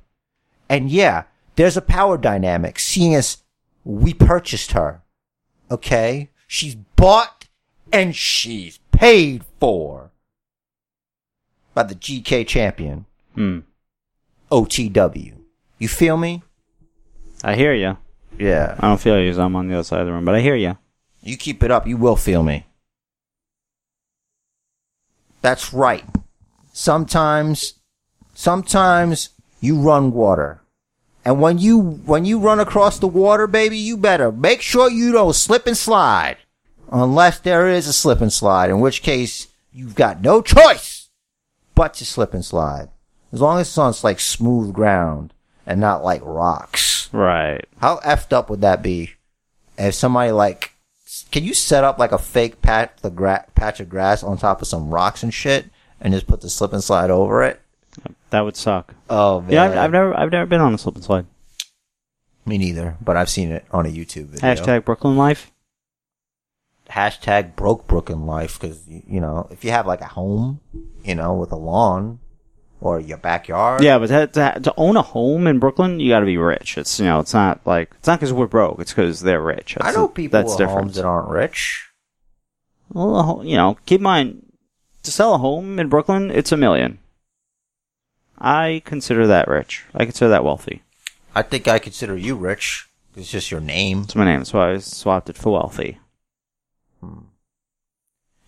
and yeah, there's a power dynamic. Seeing as we purchased her, okay, she's bought and she's paid for by the GK champion Hmm. OTW. You feel me? I hear you. Yeah. I don't feel you as I'm on the other side of the room, but I hear you. You keep it up, you will feel me. That's right. Sometimes, sometimes you run water. And when you, when you run across the water, baby, you better make sure you don't slip and slide. Unless there is a slip and slide, in which case you've got no choice but to slip and slide. As long as it's on like smooth ground and not like rocks. Right. How effed up would that be if somebody like, s- can you set up like a fake patch the gra- patch of grass on top of some rocks and shit, and just put the slip and slide over it? That would suck. Oh man, Yeah, I've, I've never, I've never been on a slip and slide. me neither, but I've seen it on a YouTube video. Hashtag Brooklyn life. hashtag broke Brooklyn life because you know if you have like a home, you know, with a lawn or your backyard, Yeah, but that, that, to own a home in Brooklyn, you got to be rich. It's you know, it's not like it's not because we're broke. It's because they're rich. I That's- know people that's with different. homes that aren't rich. Well, a ho- you know, keep in mind to sell a home in Brooklyn, it's a million. I consider that rich. I consider that wealthy. I think I consider you rich. It's just your name. That's my name, so I swapped it for wealthy. Hmm.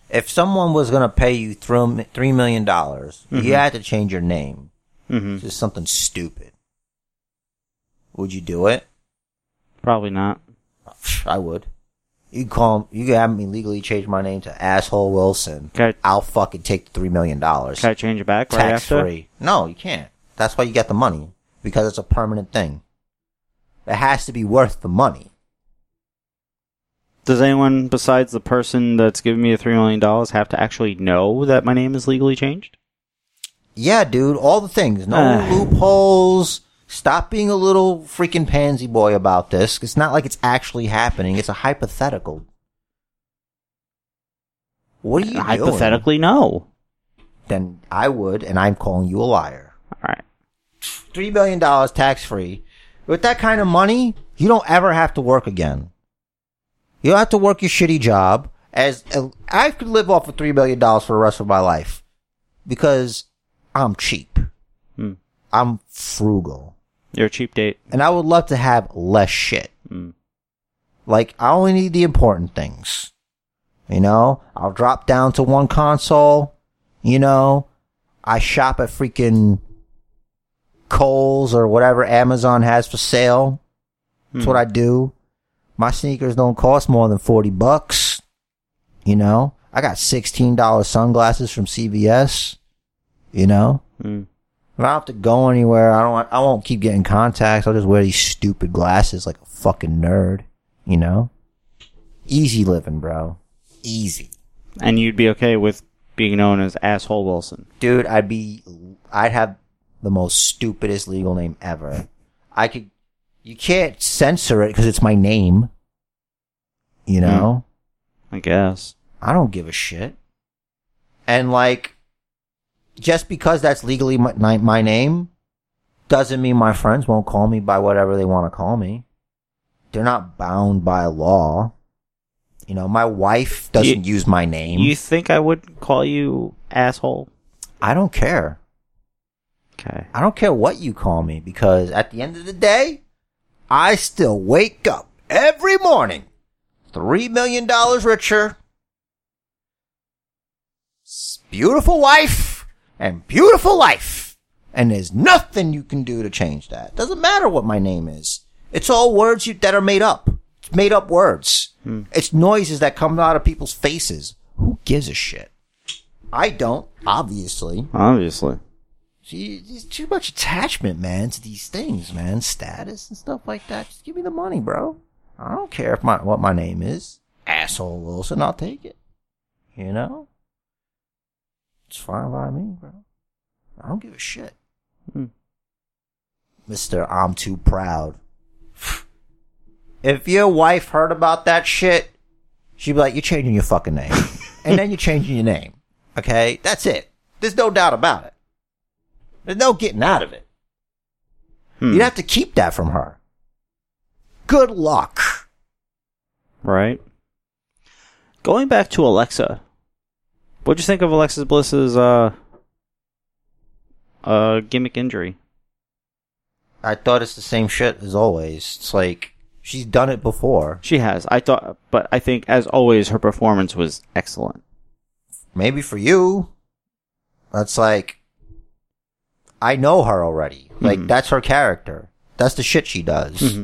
If someone was gonna pay you thro- three million dollars, you Mhm. had to change your name. hmm Just something stupid. Would you do it? Probably not. I would. You can call you can have me legally change my name to asshole Wilson. Can I, I'll fucking take the three million dollars. can I change it back right tax after? free. No, you can't. That's why you get the money because it's a permanent thing. It has to be worth the money. Does anyone besides the person that's giving me the three million dollars have to actually know that my name is legally changed? Yeah, dude, all the things. No Ah. loopholes. Stop being a little freaking pansy boy about this. It's not like it's actually happening. It's a hypothetical. What are you doing? Hypothetically, no. Then I would, and I'm calling you a liar. All right. three million dollars tax free. With that kind of money, you don't ever have to work again. You don't have to work your shitty job. As I could live off of three million dollars for the rest of my life because I'm cheap. Hmm. I'm frugal, You're a cheap date. and I would love to have less shit. Mm. Like I only need the important things. You know, I'll drop down to one console. You know, I shop at freaking Kohl's or whatever Amazon has for sale. That's Hmm. what I do. My sneakers don't cost more than 40 bucks. You know, I got $16 sunglasses from CVS. You know, Mm. I don't have to go anywhere. I don't. I won't keep getting contacts. I'll just wear these stupid glasses like a fucking nerd. You know, easy living, bro. Easy, And you'd be okay with being known as asshole Wilson. dude. I'd be. I'd have the most stupidest legal name ever. I could. You can't censor it because it's my name. You know. I guess. I don't give a shit. And like, just because that's legally my, my, my name doesn't mean my friends won't call me by whatever they want to call me. They're not bound by law. You know, my wife doesn't use my name. You think I would call you asshole? I don't care. Okay. I don't care what you call me because at the end of the day, I still wake up every morning three million dollars richer, s- beautiful wife, and beautiful life. And there's nothing you can do to change that. Doesn't matter what my name is. It's all words you, that are made up. It's made up words. Hmm. It's noises that come out of people's faces. Who gives a shit? I don't, obviously. Obviously. See, there's too much attachment, man, to these things, man. Status and stuff like that. Just give me the money, bro. I don't care if my what my name is. Asshole Wilson, I'll take it. You know? It's fine by me, bro. I don't give a shit. Hmm. Mr. I'm too proud. If your wife heard about that shit, she'd be like, You're changing your fucking name. and then you're changing your name. Okay? That's it. There's no doubt about it. There's no getting out of it. Hmm. You'd have to keep that from her. Good luck. Right. Going back to Alexa, what'd you think of Alexis Bliss's uh, uh, gimmick injury? I thought it's the same shit as always. It's like she's done it before. She has. I thought, but I think as always, her performance was excellent. Maybe for you, that's like I know her already. Like Mhm. that's her character. That's the shit she does.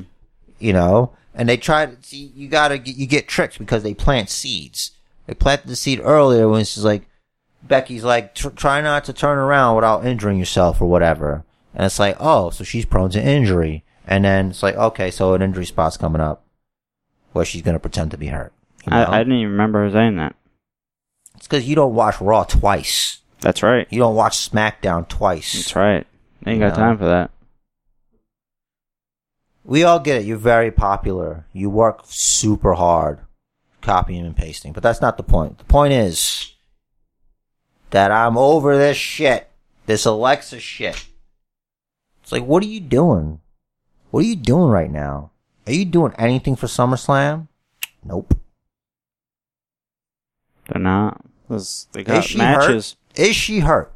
You know. And they try to see you gotta get you get tricked because they plant seeds. They planted the seed earlier when she's like Becky's like tr- try not to turn around without injuring yourself or whatever. And it's like oh so she's prone to injury. And then it's like okay so an injury spot's coming up where she's gonna pretend to be hurt. you know? I, I didn't even remember her saying that. It's because you don't watch Raw twice. That's right. You don't watch SmackDown twice. That's right. Ain't got No. time for that. We all get it. You're very popular. You work super hard. copying and pasting, but that's not the point. The point is that I'm over this shit. This Alexa shit. It's like, what are you doing? What are you doing right now? Are you doing anything for SummerSlam? Nope. They're not. 'Cause They got she matches. hurt? Is she hurt?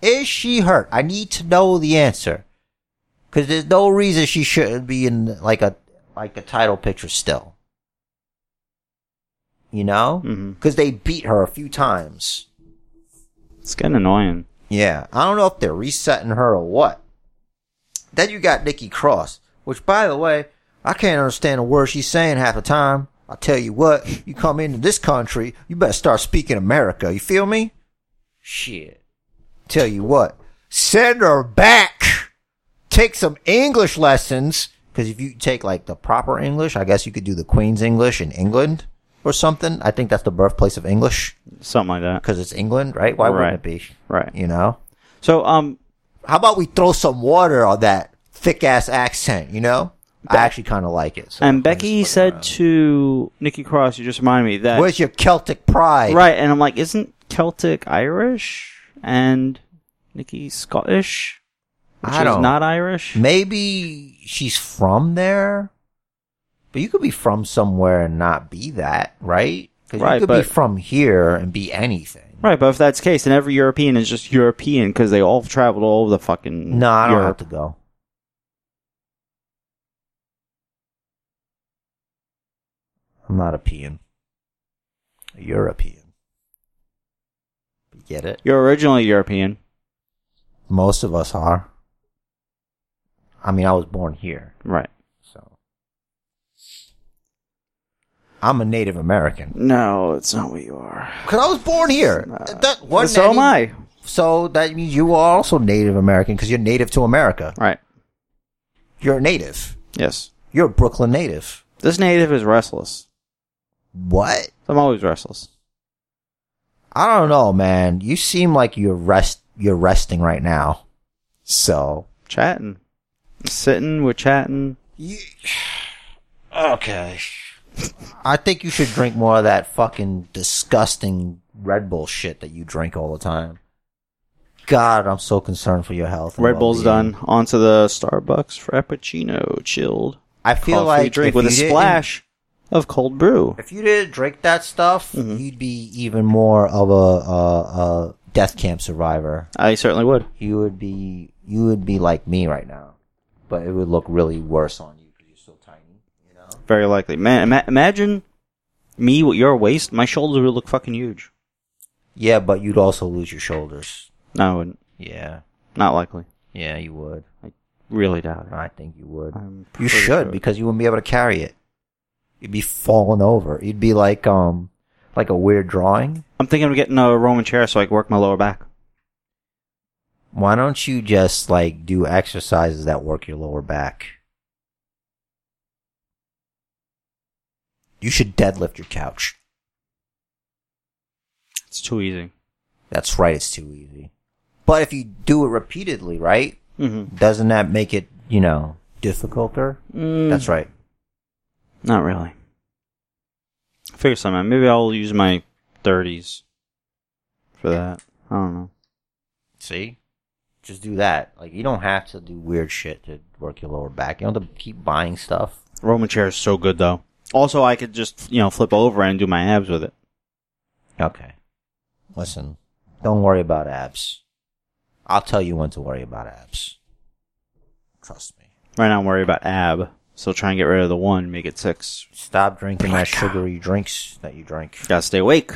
Is she hurt? I need to know the answer. Cause there's no reason she shouldn't be in like a like a title picture still. You know? Mhm. Cause they beat her a few times. It's getting annoying. Yeah. I don't know if they're resetting her or what. Then you got Nikki Cross, which by the way, I can't understand a word she's saying half the time. I tell you what, you come into this country, you better start speaking America. You feel me? Shit. Tell you what, send her back. Take some English lessons. Cause if you take like the proper English, I guess you could do the Queen's English in England or something. I think that's the birthplace of English. Something like that. Cause it's England, right? Why wouldn't it Right. be? Right. You know? So, um, How about we throw some water on that thick ass accent? You know, I actually kind of like it. so- and Becky said to Nikki Cross, you just reminded me that. "Where's your Celtic pride?" Right, and I'm like, isn't Celtic Irish and Nikki Scottish? Which I is don't- not Irish. Maybe she's from there, but you could be from somewhere and not be that, right? 'Cause Right, you could but- be from here and be anything. Right, but if that's the case, then every European is just European because they all traveled all over the fucking. No, I don't have Europe. to go. I'm not a peon. A European. You get it? You're originally European. Most of us are. I mean, I was born here, Right. so. I'm a Native American. No, it's not what you are. Uh, Because I was born here. That- wasn't so am any- I. So that means you are also Native American because you're native to America. Right. You're a native. Yes. You're a Brooklyn native. This native is restless. What? I'm always restless. I don't know, man. You seem like you're rest you're resting right now. So Chatting. Sitting, we're chatting. you [sighs] Okay. I think you should drink more of that fucking disgusting Red Bull shit that you drink all the time. God, I'm so concerned for your health. and Red Bull's well-being. done. Onto the Starbucks Frappuccino chilled. I feel coffee like drink if with a you didn't- splash of cold brew. If you didn't drink that stuff, Mm-hmm. you'd be even more of a, a, a death camp survivor. I certainly would. you would be you would be like me right now, but it would look really worse on you because you're so tiny. You know, Very likely. Man, ima- imagine me with your waist. My shoulders would look fucking huge. yeah, but you'd also lose your shoulders. No, I wouldn't. Yeah, Not likely. yeah, you would. Really doubt it. I think you would. I'm you pretty should sure. because you wouldn't be able to carry it. You'd be falling over. You'd be like um like a weird drawing. I'm thinking of getting a Roman chair so I can work my lower back. Why don't you just like do exercises that work your lower back? You should deadlift your couch. It's too easy. That's right, it's too easy. But if you do it repeatedly, right? Mm-hmm. Doesn't that make it, you know, difficulter? That's Mm. right. Not really. Figure something out. Maybe I'll use my 30s for that. I don't know. See? Just do that. Like, you don't have to do weird shit to work your lower back. You don't have to keep buying stuff. Roman chair is so good though. Also, I could just you know flip over and do my abs with it. Okay. Listen, don't worry about abs. I'll tell you when to worry about abs. Trust me. Right now, I'm worried about ab, so try and get rid of the one, make it six. Stop drinking that sugary drinks that you drink. Gotta stay awake.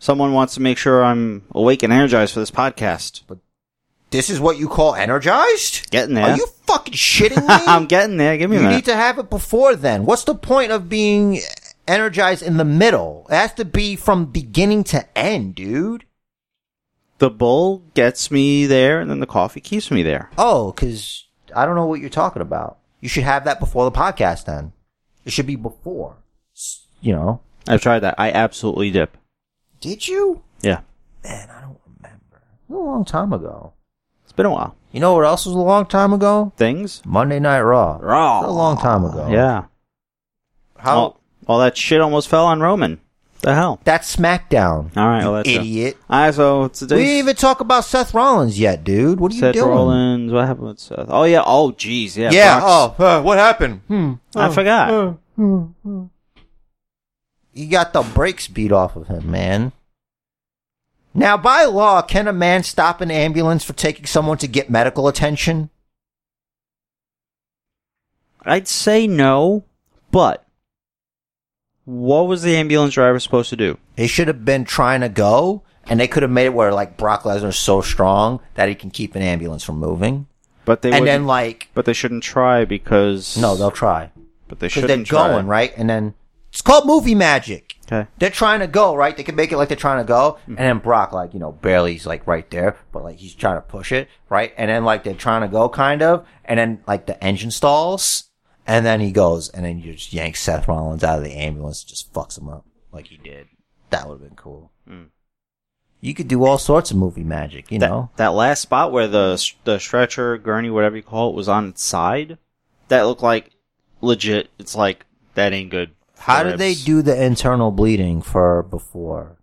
Someone wants to make sure I'm awake and energized for this podcast. This is what you call energized? Getting there. Are you fucking shitting [laughs] me? [laughs] I'm getting there. Give me a You minute. need to have it before then. What's the point of being energized in the middle? It has to be from beginning to end, dude. the bull gets me there, and then the coffee keeps me there. Oh, because I don't know what you're talking about. You should have that before the podcast then. It should be before. S- You know? I've tried that. I absolutely dip. Did you? Yeah, Man, I don't remember. It was a long time ago. it's been a while. You know what else was a long time ago? Things Monday Night Raw. raw. Oh. It was A long time ago. Yeah. How? All, All that shit almost fell on Roman. The hell. That's SmackDown. All right, you well, that's idiot. I so today. We didn't even talk about Seth Rollins yet, dude. What are Seth you doing? Rollins. What happened with Seth? Oh yeah. Oh jeez. Yeah. Yeah. Brock's- Oh, uh, what happened? Hmm. I forgot. hmm, He got the brakes beat off of him, man. Now, by law, can a man stop an ambulance for taking someone to get medical attention? I'd say no, but what was the ambulance driver supposed to do? They should have been trying to go, and they could have made it where like Brock Lesnar is so strong that he can keep an ambulance from moving. But they and wouldn't- then like, but they shouldn't try because no, they'll try But they because shouldn't they're try. going right, and then it's called movie magic. Okay. They're trying to go right. They can make it like they're trying to go, and then Brock like you know barely is like right there, but like he's trying to push it right, and then like they're trying to go kind of, and then like the engine stalls, and then he goes, and then you just yank Seth Rollins out of the ambulance, just fucks him up like he did. Mm. That would have been cool. You could do all sorts of movie magic, you That, know. that last spot where the the stretcher, gurney, whatever you call it, was on its side, that looked like legit. It's like that ain't good. for How did they ribs. do the internal bleeding for before?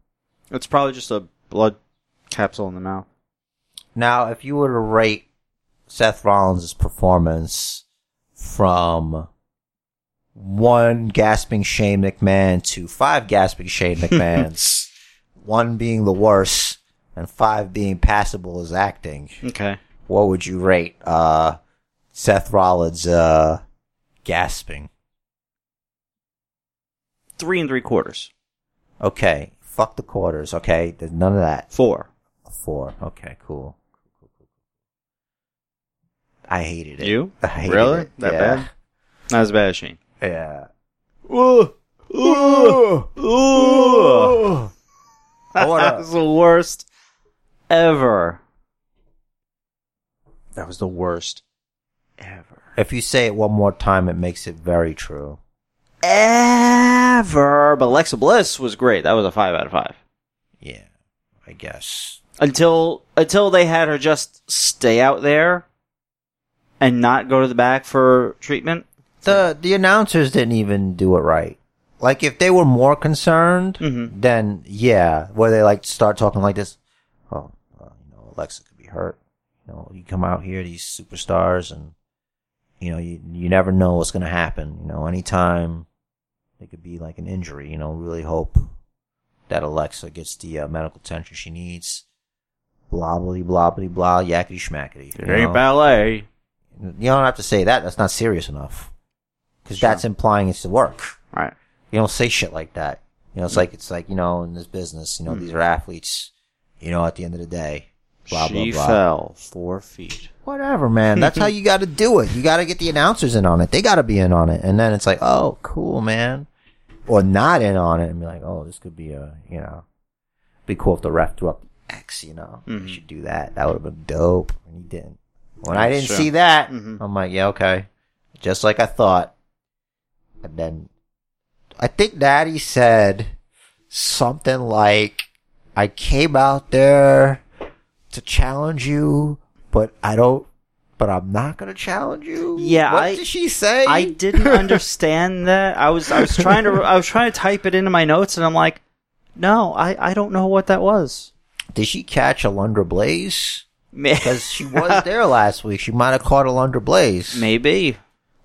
It's probably just a blood capsule in the [laughs] mouth. Now, if you were to rate Seth Rollins' performance from one gasping Shane McMahon to five [laughs] gasping Shane McMahons, one being the worst and five being passable as acting, Okay. what would you rate uh, Seth Rollins' uh, gasping? Three and three quarters. Okay, fuck the quarters. Okay, there's none of that. Four. A Four. Okay, cool. I hated it. You? I hated Really? it. That yeah. bad? Not as bad as Shane. Yeah. I [laughs] that wanna, was the worst ever. That was the worst ever. if you say it one more time, it makes it very true. Ever. But Alexa Bliss was great. That was a five out of five. Yeah, I guess. Until until they had her just stay out there and not go to the back for treatment. The the announcers didn't even do it right. Like if they were more concerned, Mhm. then yeah, where they like start talking like this. Oh, uh, you know, Alexa could be hurt. You know, you come out here, these superstars, and you know, you you never know what's gonna happen. You know, anytime it could be like an injury. You know, really hope that Alexa gets the uh, medical attention she needs. Blah blah blah blah blah. Yakety schmackety. you It ain't know? ballet. You don't have to say that. That's not serious enough. Because Sure. that's implying it's the work. Right. You don't say shit like that. You know, it's like it's like you know in this business, you know, these are athletes. You know, at the end of the day, blah she blah blah. fell four feet. Whatever, man. That's how you got to do it. You got to get the announcers in on it. They got to be in on it, and then it's like, oh, cool, man, or not in on it, and be like, oh, this could be a, you know, be cool if the ref threw up X. You know, Mhm. you should do that. That would have been dope. And he didn't. When I Yeah, didn't sure. see that, Mhm. I'm like, yeah, okay, just like I thought. And then, I think Daddy said something like, "I came out there." to challenge you, but I don't. But I'm not gonna challenge you. Yeah, what I- did she say? I [laughs] [laughs] didn't understand that. I was I was trying to I was trying to type it into my notes, and I'm like, no, I I don't know what that was. did she catch Alundra Blaze? Ma- Because [laughs] she was there last week. She might have caught Alundra Blaze. Maybe.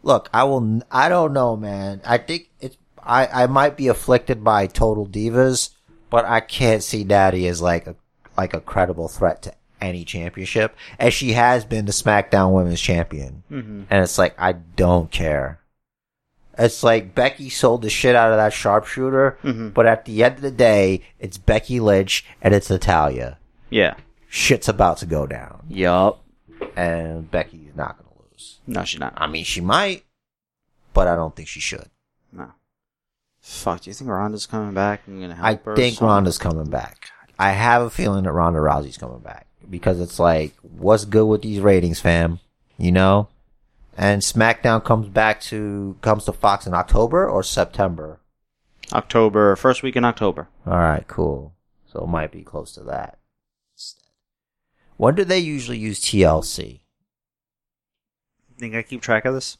Look, I will. n- I don't know, man. I think it's. I I might be afflicted by total divas, but I can't see Natty as like a like a credible threat to any championship, as she has been the SmackDown Women's Champion. hmm and it's like I don't care. It's like Becky sold the shit out of that sharpshooter, Mhm. but at the end of the day, it's Becky Lynch and it's Natalia. Yeah. Shit's about to go down, Yup. and Becky's not gonna lose. No, she's not. I mean, she might, but I don't think she should. No. Fuck. Do you think Ronda's coming back and gonna help I her? or think something? Ronda's coming back. I have a feeling that Ronda Rousey's coming back because it's like, what's good with these ratings, fam? You know? And SmackDown comes back to comes to Fox in October or September. October first week in October. All right, cool. So it might be close to that. When do they usually use TLC? Think I keep track of this?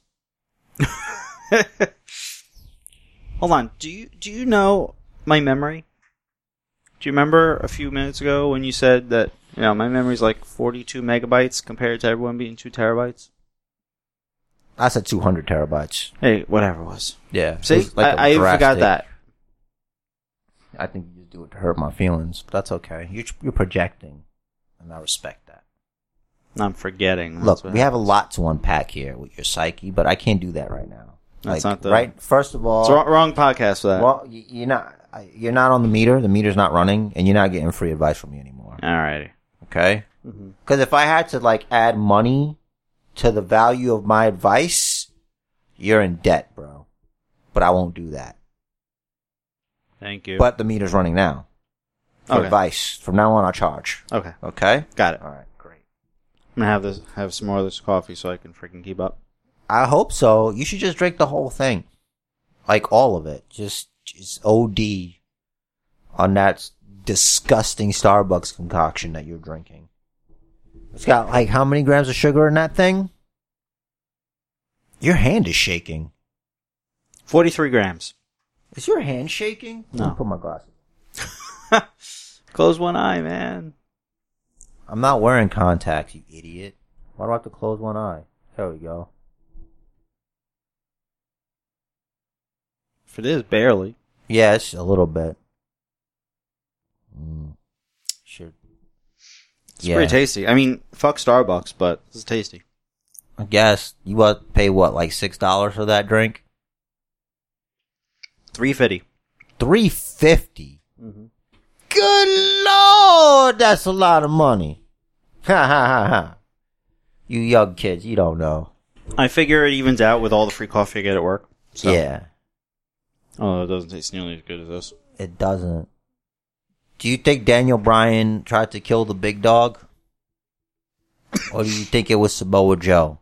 [laughs] Hold on. Do you do you know my memory? Do you remember a few minutes ago when you said that you know my memory's like 42 megabytes compared to everyone being two terabytes? I said 200 terabytes. Hey, whatever it was. Yeah. See, I, I forgot that. I think you do it to hurt my feelings, but that's okay. You're, you're projecting, and I respect that. I'm forgetting. That's Look, what- we have a lot to unpack here with your psyche, but I can't do that right now. That's not the- right. First of all, It's wrong, wrong podcast for that. well, y- you're not I- you're not on the meter. The meter's not running, and you're not getting free advice from me anymore. Alrighty. Okay. Mhm. Because if I had to like add money to the value of my advice, you're in debt, bro. But I won't do that. Thank you. But the meter's running now. For okay. advice. From now on, I charge. okay, Okay. got it. All right. Great. I'm gonna have this have some more of this coffee so I can freaking keep up. I hope so. You should just drink the whole thing, like all of it. Just just OD on that disgusting Starbucks concoction that you're drinking. It's got like how many grams of sugar in that thing? Your hand is shaking. 43 grams. [laughs] Is your hand shaking? No. Let me Put my glasses. Close one eye, man. I'm not wearing contacts, you idiot. Why do I have to close one eye? There we go. For this, barely. Yes, a little bit. Mm. Should It's Yeah. pretty tasty. I mean, fuck Starbucks, but it's tasty. I guess you want pay what, like six dollars for that drink? 350. Three fifty. Mhm. Good lord, that's a lot of money. Ha ha ha ha. You young kids, you don't know. I figure it evens out with all the free coffee I get at work. So. Yeah, Oh, it doesn't taste nearly as good as this. it doesn't. Do you think Daniel Bryan tried to kill the big dog? or do you think it was Samoa Joe?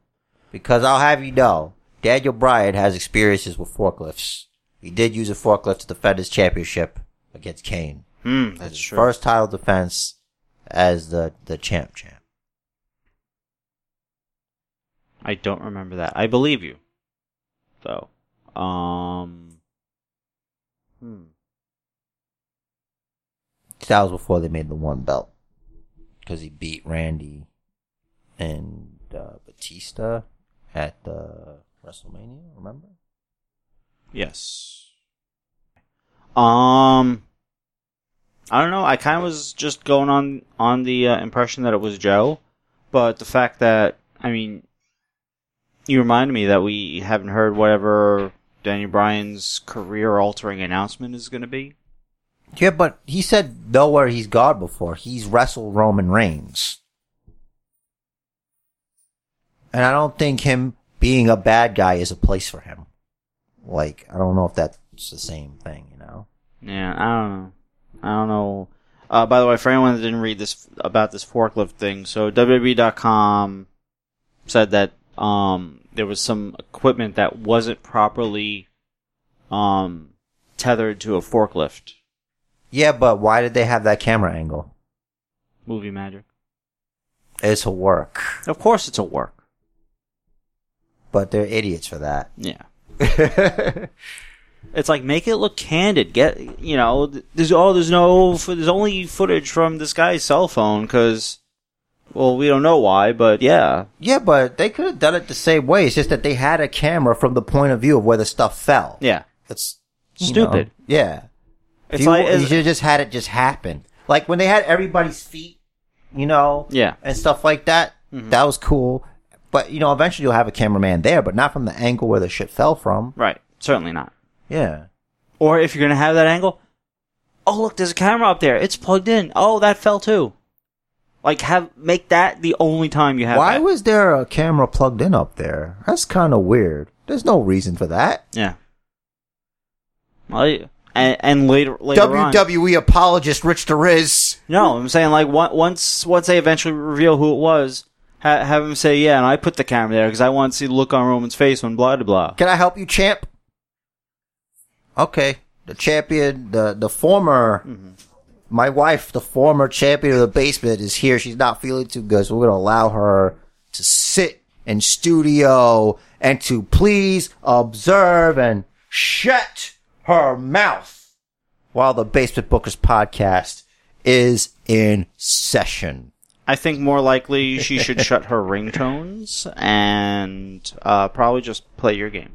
Because I'll have you know, Daniel Bryan has experiences with forklifts. He did use a forklift to defend his championship against Kane. Hmm, That's that's true. First title defense as the, the champ champ. I don't remember that. I believe you. Though. Um. Hmm. That was before they made the one belt. Because he beat Randy and uh, Batista at uh, WrestleMania, remember? Yes. Um. I don't know. I kind of was just going on on the uh, impression that it was Joe, but the fact that I mean, you reminded me that we haven't heard whatever Daniel Bryan's career-altering announcement is going to be. Yeah, but he said nowhere he's God before. He's wrestled Roman Reigns. And I don't think him being a bad guy is a place for him. Like, I don't know if that's the same thing, you know? Yeah, I don't know. I don't know. Uh, by the way, for anyone that didn't read this about this forklift thing, so WWE.com said that um, there was some equipment that wasn't properly um, tethered to a forklift. Yeah, but why did they have that camera angle? Movie magic. It's a work, Of course, it's a work. but they're idiots [laughs] for that. Yeah. It's like make it look candid. Get you know, th- there's oh, there's no, fo- there's only footage from this guy's cell phone because, well, we don't know why, but yeah, yeah, but they could have done it the same way. It's just that they had a camera from the point of view of where the stuff fell. yeah, That's you know, stupid. yeah. It's you, like should have just had it just happen. Like when they had everybody's feet, you know, Yeah. Mm-hmm. and stuff like that. That was cool. But you know, eventually you'll have a cameraman there, but not from the angle where the shit fell from. Right. Certainly not. Yeah. Or if you're going to have that angle, oh look, there's a camera up there. It's plugged in. Oh, that fell too. Like have make that the only time you have. Why that. was there a camera plugged in up there? That's kind of weird. There's no reason for that. Yeah. Well, you- and, and later later on. WWE E apologist Rich DeRiz. No, I'm saying like on- once once they eventually reveal who it was, ha- have him say yeah, and I put the camera there because I want to see the look on Roman's face when blah blah blah. Can I help you, champ? Okay. The champion, the the former, my wife, the former champion of the basement is here. She's not feeling too good, so we're gonna allow her to sit in studio and to please observe and shut her mouth while the Basement Bookers podcast is in session. I think more likely she should shut her ringtones and uh, probably just play your game.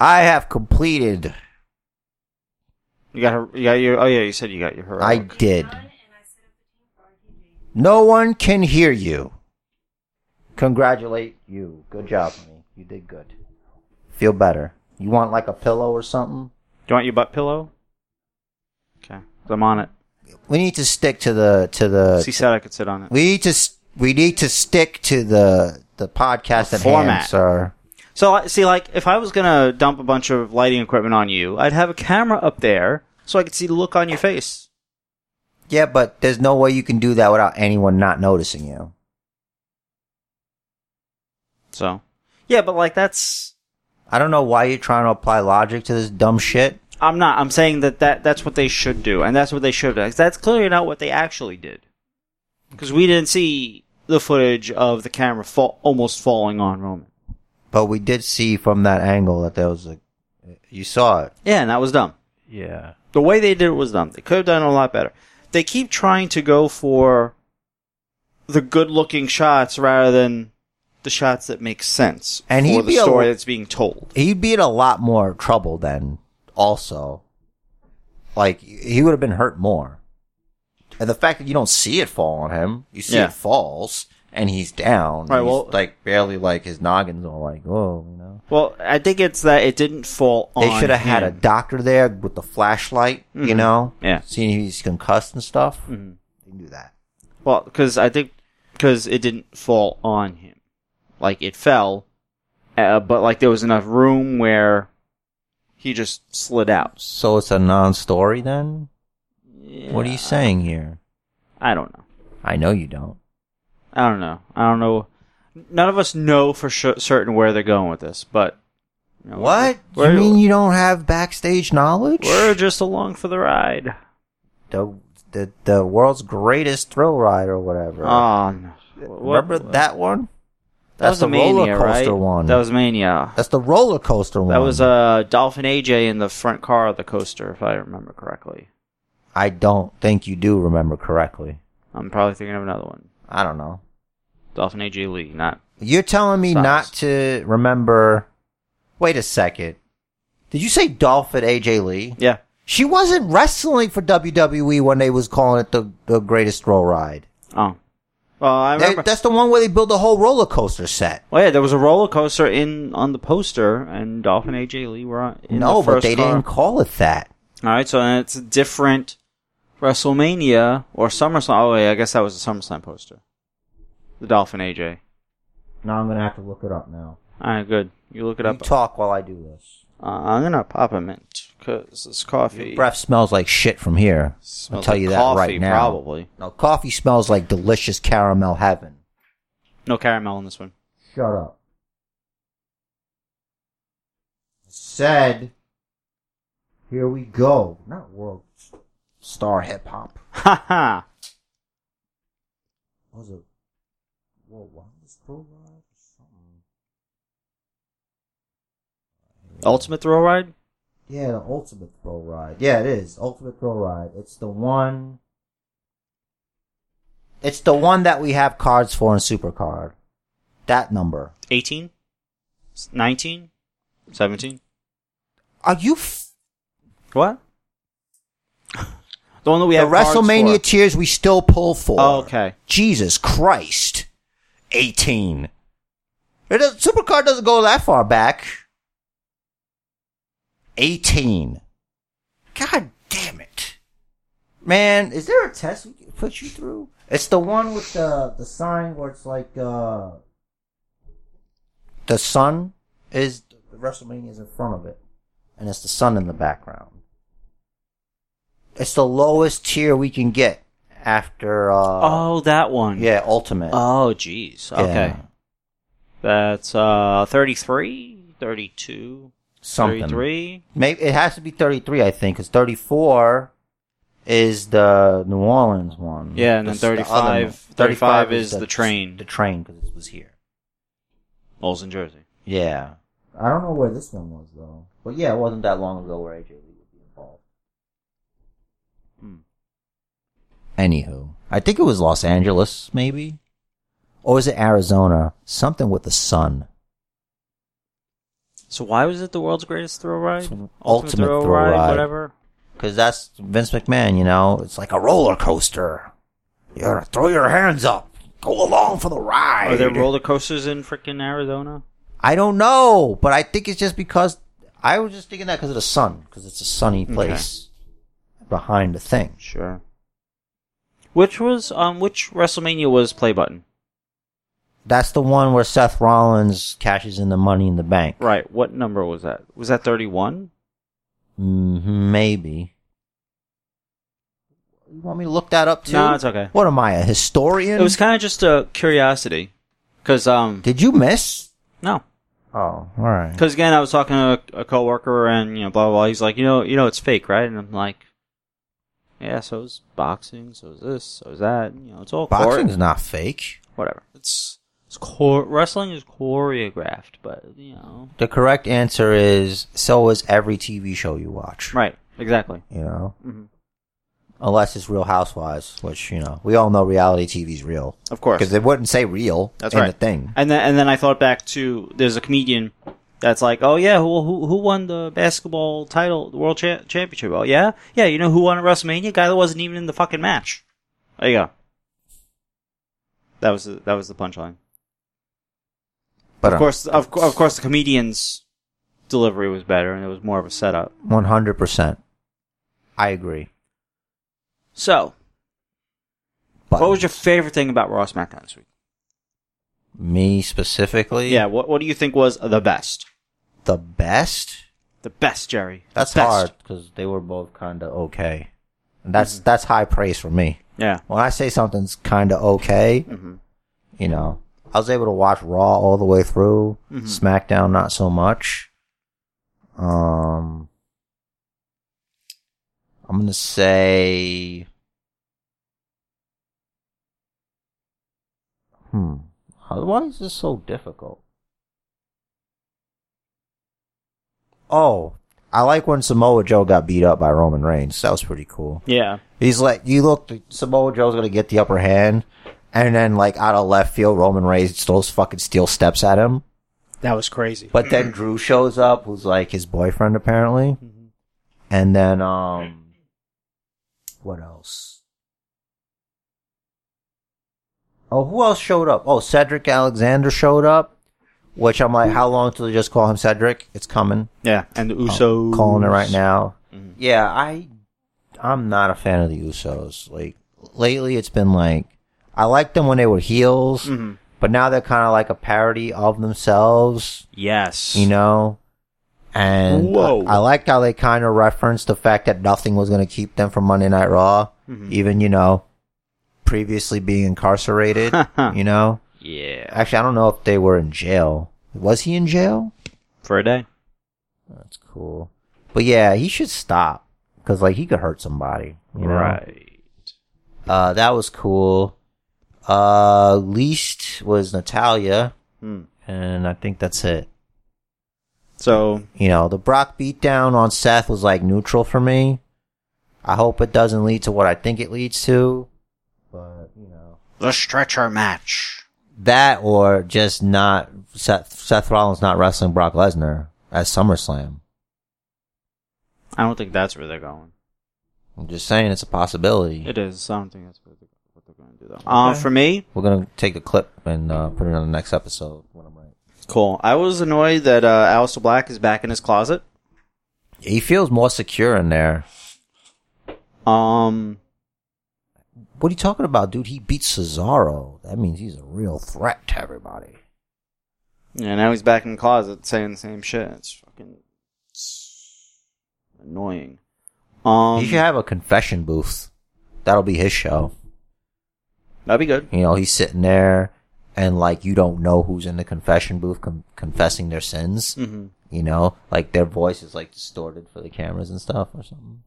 I have completed. You got her. You got your. Oh yeah, you said you got your. Her. I did. No one can hear you. Congratulate you. Good job, honey. You did good. Feel better. You want like a pillow or something? Do you want your butt pillow? Okay, I'm on it. We need to stick to the to the. She said I could sit on it. We need to s- we need to stick to the the podcast The at format. hand, sir. So I- see, like, if I was gonna dump a bunch of lighting equipment on you, I'd have a camera up there so I could see the look on your face. Yeah, but there's no way you can do that without anyone not noticing you. So, yeah, but like that's. I don't know why you're trying to apply logic to this dumb shit. I'm not. I'm saying that, that that's what they should do, and that's what they should have done. That's clearly not what they actually did, because we didn't see the footage of the camera fall, almost falling on Roman. But we did see from that angle that there was a. You saw it. Yeah, and that was dumb. Yeah. The way they did it was dumb. They could have done it a lot better. They keep trying to go for the good-looking shots rather than the shots that make sense And for he'd the be a- story that's being told. He'd be in a lot more trouble then, also. Like, he would have been hurt more. And the fact that you don't see it fall on him, you see Yeah. it falls, and he's down. Right, and he's, well- like, barely, like, his noggin's all like, oh, you know. Well, I think it's that it didn't fall on. They should have had a him. doctor there with the flashlight, you Mhm. know? Yeah. Seeing if he's concussed and stuff. Mhm. They can do that. Well, because I think because it didn't fall on him, like it fell, uh, but like there was enough room where he just slid out. So it's a non story then? What are Yeah, you saying here? I don't know. I know you don't. I don't know. I don't know. None of us know for sure, certain where they're going with this, but you know, What? We're, you mean you don't have backstage knowledge? we're just along for the ride. the, the the world's greatest thrill ride or whatever. Oh, no. What- Remember that one? That was That's the the Mania, roller coaster right? one. That was Mania. That's the roller coaster one. That was uh, Dolphin AJ in the front car of the coaster, if I remember correctly. I don't think you do remember correctly. I'm probably thinking of another one. I don't know. Dolphin AJ Lee, not You're telling me Size. not to remember. Wait a second. Did you say Dolphin AJ Lee? yeah. She wasn't wrestling for WWE when they was calling it the, the greatest thrill ride. Oh, well, I They- remember. that's the one where they build the whole roller coaster set. well, yeah, there was a roller coaster in on the poster, and Dolphin AJ Lee were on. In no, the but first they car. didn't call it that. All right, so then it's a different WrestleMania or SummerSlam. Oh, wait, I guess that was the SummerSlam poster. The Dolphin AJ. Now I'm gonna have to look it up now. All right, good. You look it You up. talk while I do this. uh, I'm gonna pop a mint because this coffee Breath smells like shit from here. I'll smells tell like you that coffee, right now. Probably No, coffee smells like delicious caramel heaven. no caramel in this one. [laughs] Shut up. Said. Here we go. Not world star hip hop. Ha ha. What was it? World Wildest Pro Ride? Something. Ultimate Thrill Ride. Yeah, the Ultimate Thrill Ride. Yeah, it is. Ultimate Thrill Ride. It's the one. It's the one that we have cards for in Supercard. That number. 18, 19, 17. Are you. F- What? [laughs] the one that we the have cards WrestleMania for. tiers we still pull for. Oh, okay. Jesus Christ. 18. It does, Supercard doesn't go that far back. 18. God damn it. Man, is there a test we can put you through? It's the one with the, the sign where it's like, uh, the sun is, the WrestleMania is in front of it. And it's the sun in the background. It's the lowest tier we can get after, uh, oh, that one. yeah, Ultimate. Oh, jeez. Yeah. Okay. That's uh 33, 32, Something. 33. Maybe it has to be 33, I think, because 34 is the New Orleans one. Yeah, and then It's the other 35 one. 35 is the train. The train, because it was here. Olsen jersey. Yeah. I don't know where this one was though. But yeah, it wasn't that long ago where AJ Lee would be involved. Hmm. Anywho, I think it was Los Angeles, maybe, or is it Arizona? Something with the sun. So why was it the world's greatest thrill ride? Ultimate thrill ride. whatever. Because that's Vince McMahon, you know. It's like a roller coaster. You gotta throw your hands up, go along for the ride. Are there roller coasters in freaking Arizona? I don't know, but I think it's just because I was just thinking that because of the sun, because it's a sunny place behind the thing. Sure. Which was um which WrestleMania was play button? That's the one where Seth Rollins cashes in the money in the bank. Right. What number was that? Was that thirty one? Mm, maybe. You want me to look that up too? No, it's okay. What am I, a historian? It was kind of just a curiosity, because um Did you miss? no, Oh, all right. because again I was talking to a, a coworker and you know blah, blah blah. He's like, you know, you know, it's fake, right? And I'm like, yeah. So is boxing. So is this. So is that. You know, it's all Boxing's chore- not fake. whatever. It's it's chor- wrestling is choreographed, but you know, The correct answer is so is every TV show you watch. right? Exactly. You know, hmm unless it's Real Housewives, which you know we all know reality TV's real. Of course. Because they wouldn't say real That's in right. the thing. And then and then I thought back to there's a comedian that's like, oh yeah, who who, who won the basketball title, the world cha- championship? Oh yeah, yeah. You know who won at WrestleMania? Guy that wasn't even in the fucking match. There you go. That was the, that was the punchline. But um, Of course, of, cou- of course, the comedian's delivery was better, and it was more of a setup. one hundred percent. I agree. So, But what was your favorite thing about Raw SmackDown this week? me specifically? Yeah, what what do you think was the best? the best. The best, Jerry. The That's best. hard because they were both kind of okay. And that's Mm-hmm. that's high praise for me. Yeah. When I say something's kind of okay, hmm you know, I was able to watch Raw all the way through. Mhm. SmackDown, not so much. Um, I'm gonna say, hmm, How- why is this so difficult? Oh, I like when Samoa Joe got beat up by Roman Reigns. That was pretty cool. Yeah. He's like, you look, Samoa Joe's gonna get the upper hand, and then like out of left field, Roman Reigns throws fucking steel steps at him. That was crazy. But then Drew shows up, who's like his boyfriend apparently, Mm-hmm. and then um, what else? Oh, who else showed up? Oh, Cedric Alexander showed up, which I'm like, how long till they just call him Cedric? It's coming. Yeah, and the I'm Usos calling it right now. Mhm. Yeah, I I'm not a fan of the Usos. Like lately, it's been like I liked them when they were heels, Mhm. but now they're kind of like a parody of themselves, Yes, you know. And Whoa. I, I liked how they kind of referenced the fact that nothing was going to keep them from Monday Night Raw, Mm-hmm. even you know previously [laughs] being incarcerated. you know, Yeah, actually, I don't know if they were in jail. Was he in jail? for a day. That's cool. But yeah, he should stop because like he could hurt somebody. You know? Uh, that was cool. Uh, least was Natalia, Hmm. and I think that's it. So You know, the Brock beatdown on Seth was like neutral for me. I hope it doesn't lead to what I think it leads to, but you know the stretcher match. that or just not Seth Seth Rollins not wrestling Brock Lesnar at SummerSlam. I don't think that's where they're going. I'm just saying it's a possibility. It is. I don't think that's what they're, what they're going to do though. Uh, for me, We're gonna take a clip and uh, put it on the next episode when I'm right. cool. I was annoyed that uh, Alistair Black is back in his closet. He feels more secure in there. Um, What are you talking about, dude? He beat Cesaro. That means he's a real threat to everybody. yeah, now he's back in the closet saying the same shit. It's fucking annoying. Um, he should have a confession booth. That'll be his show. that'd be good. You know, he's sitting there and like you don't know who's in the confession booth com- confessing their sins. hmm You know, like their voice is like distorted for the cameras and stuff or something.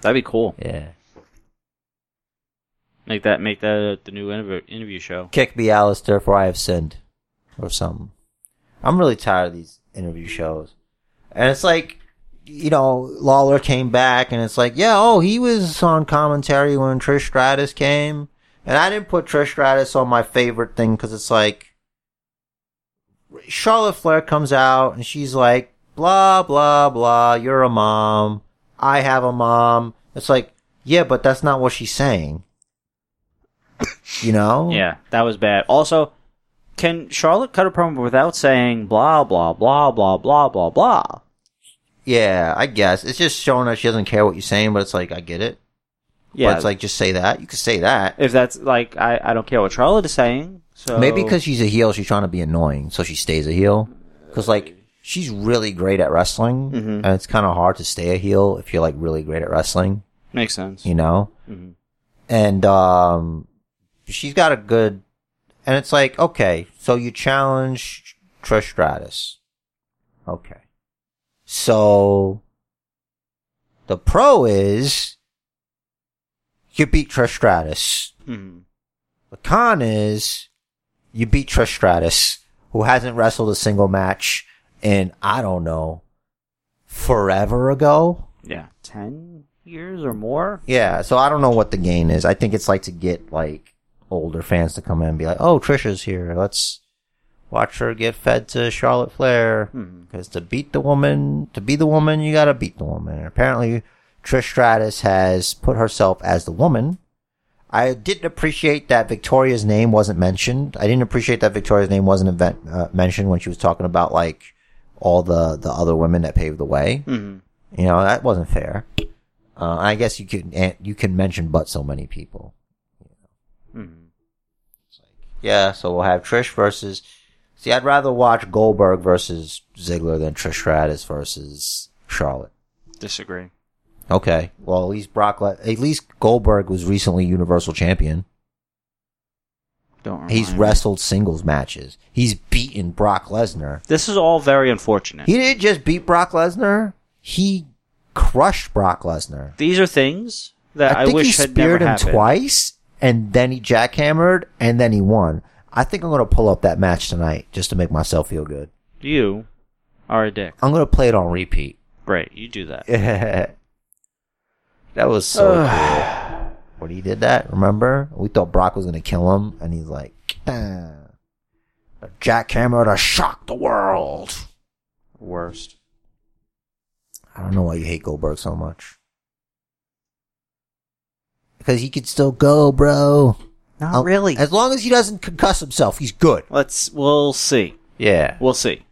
That'd be cool. Yeah. Make that make that the new interview interview show. Kick me, Alistair, for I have sinned. Or something. I'm really tired of these interview shows. And it's like, you know, Lawler came back and it's like, yeah, oh, he was on commentary when Trish Stratus came. And I didn't put Trish Stratus on my favorite thing because it's like, Charlotte Flair comes out and she's like, blah, blah, blah, you're a mom. I have a mom. It's like, yeah, but that's not what she's saying. You know? Yeah, that was bad. Also, can Charlotte cut a promo without saying blah blah blah blah blah blah blah? Yeah, I guess. It's just showing that she doesn't care what you're saying, but it's like, I get it. Yeah, But it's like, just say that. You could say that. if that's like I, I don't care what Charlotte is saying. So Maybe because she's a heel, she's trying to be annoying, so she stays a heel. Because, like, she's really great at wrestling, Mm-hmm. and it's kind of hard to stay a heel if you're, like, really great at wrestling, makes sense. you know? Mhm. And, um, she's got a good, and it's like, okay, so you challenge Trish Stratus. Okay. So, the pro is, you beat Trish Stratus. Mhm. The con is you beat Trish Stratus, who hasn't wrestled a single match in, I don't know, forever ago. Yeah, ten years or more. Yeah, so I don't know what the gain is. I think it's like to get like older fans to come in and be like, "Oh, Trisha's here. Let's watch her get fed to Charlotte Flair." Mhm. Because to beat the woman, to be the woman, you gotta beat the woman. And apparently, Trish Stratus has put herself as the woman. I didn't appreciate that Victoria's name wasn't mentioned. I didn't appreciate that Victoria's name wasn't event, uh, mentioned when she was talking about like all the the other women that paved the way. Mhm. You know, that wasn't fair. Uh, I guess you could eh, you can mention but so many people. Mhm. Yeah, so we'll have Trish versus. See, I'd rather watch Goldberg versus Ziggler than Trish Stratus versus Charlotte. Disagree. Okay, well at least Brock, Le- at least Goldberg was recently Universal Champion. Don't. Remind He's me. wrestled singles matches. He's beaten Brock Lesnar. This is all very unfortunate. He didn't just beat Brock Lesnar. He crushed Brock Lesnar. These are things that I, think wish he had never speared him happened. twice, and then he jackhammered, and then he won. I think I'm gonna pull up that match tonight just to make myself feel good. You are a dick. I'm gonna play it on repeat. [laughs] Great, you do that. that was so cool. [laughs] When he did that, remember? We thought Brock was gonna kill him, and he's like, "Damn. a jackhammer to shock the world. Worst. I don't know why you hate Goldberg so much. Because he could still go, bro. Not I'll- really. As long as he doesn't concuss himself, he's good. Let's. We'll see. Yeah. We'll see.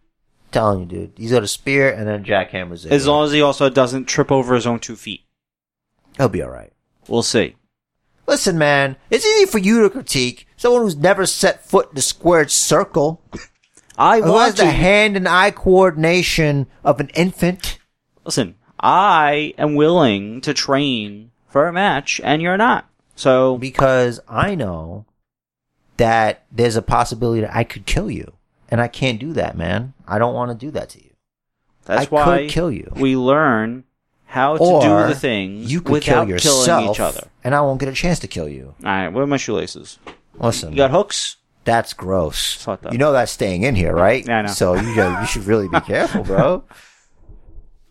telling you, dude. He's got a spear and then jackhammers it. As long as he also doesn't trip over his own two feet. He'll be alright. We'll see. Listen, man, it's easy for you to critique someone who's never set foot in a squared circle, I who has want the to hand and eye coordination of an infant. listen. I am willing to train for a match, and you're not. So Because I know that there's a possibility that I could kill you. And I can't do that, man. I don't want to do that to you. that's I why could kill you. we learn how to do the things you could without kill yourself, killing each other. And I won't get a chance to kill you. All right, where are my shoelaces? Listen. [laughs] You got hooks? That's gross. Fucked up. You know that's staying in here, right? Yeah, I know. So you know, you should really be [laughs] careful, bro.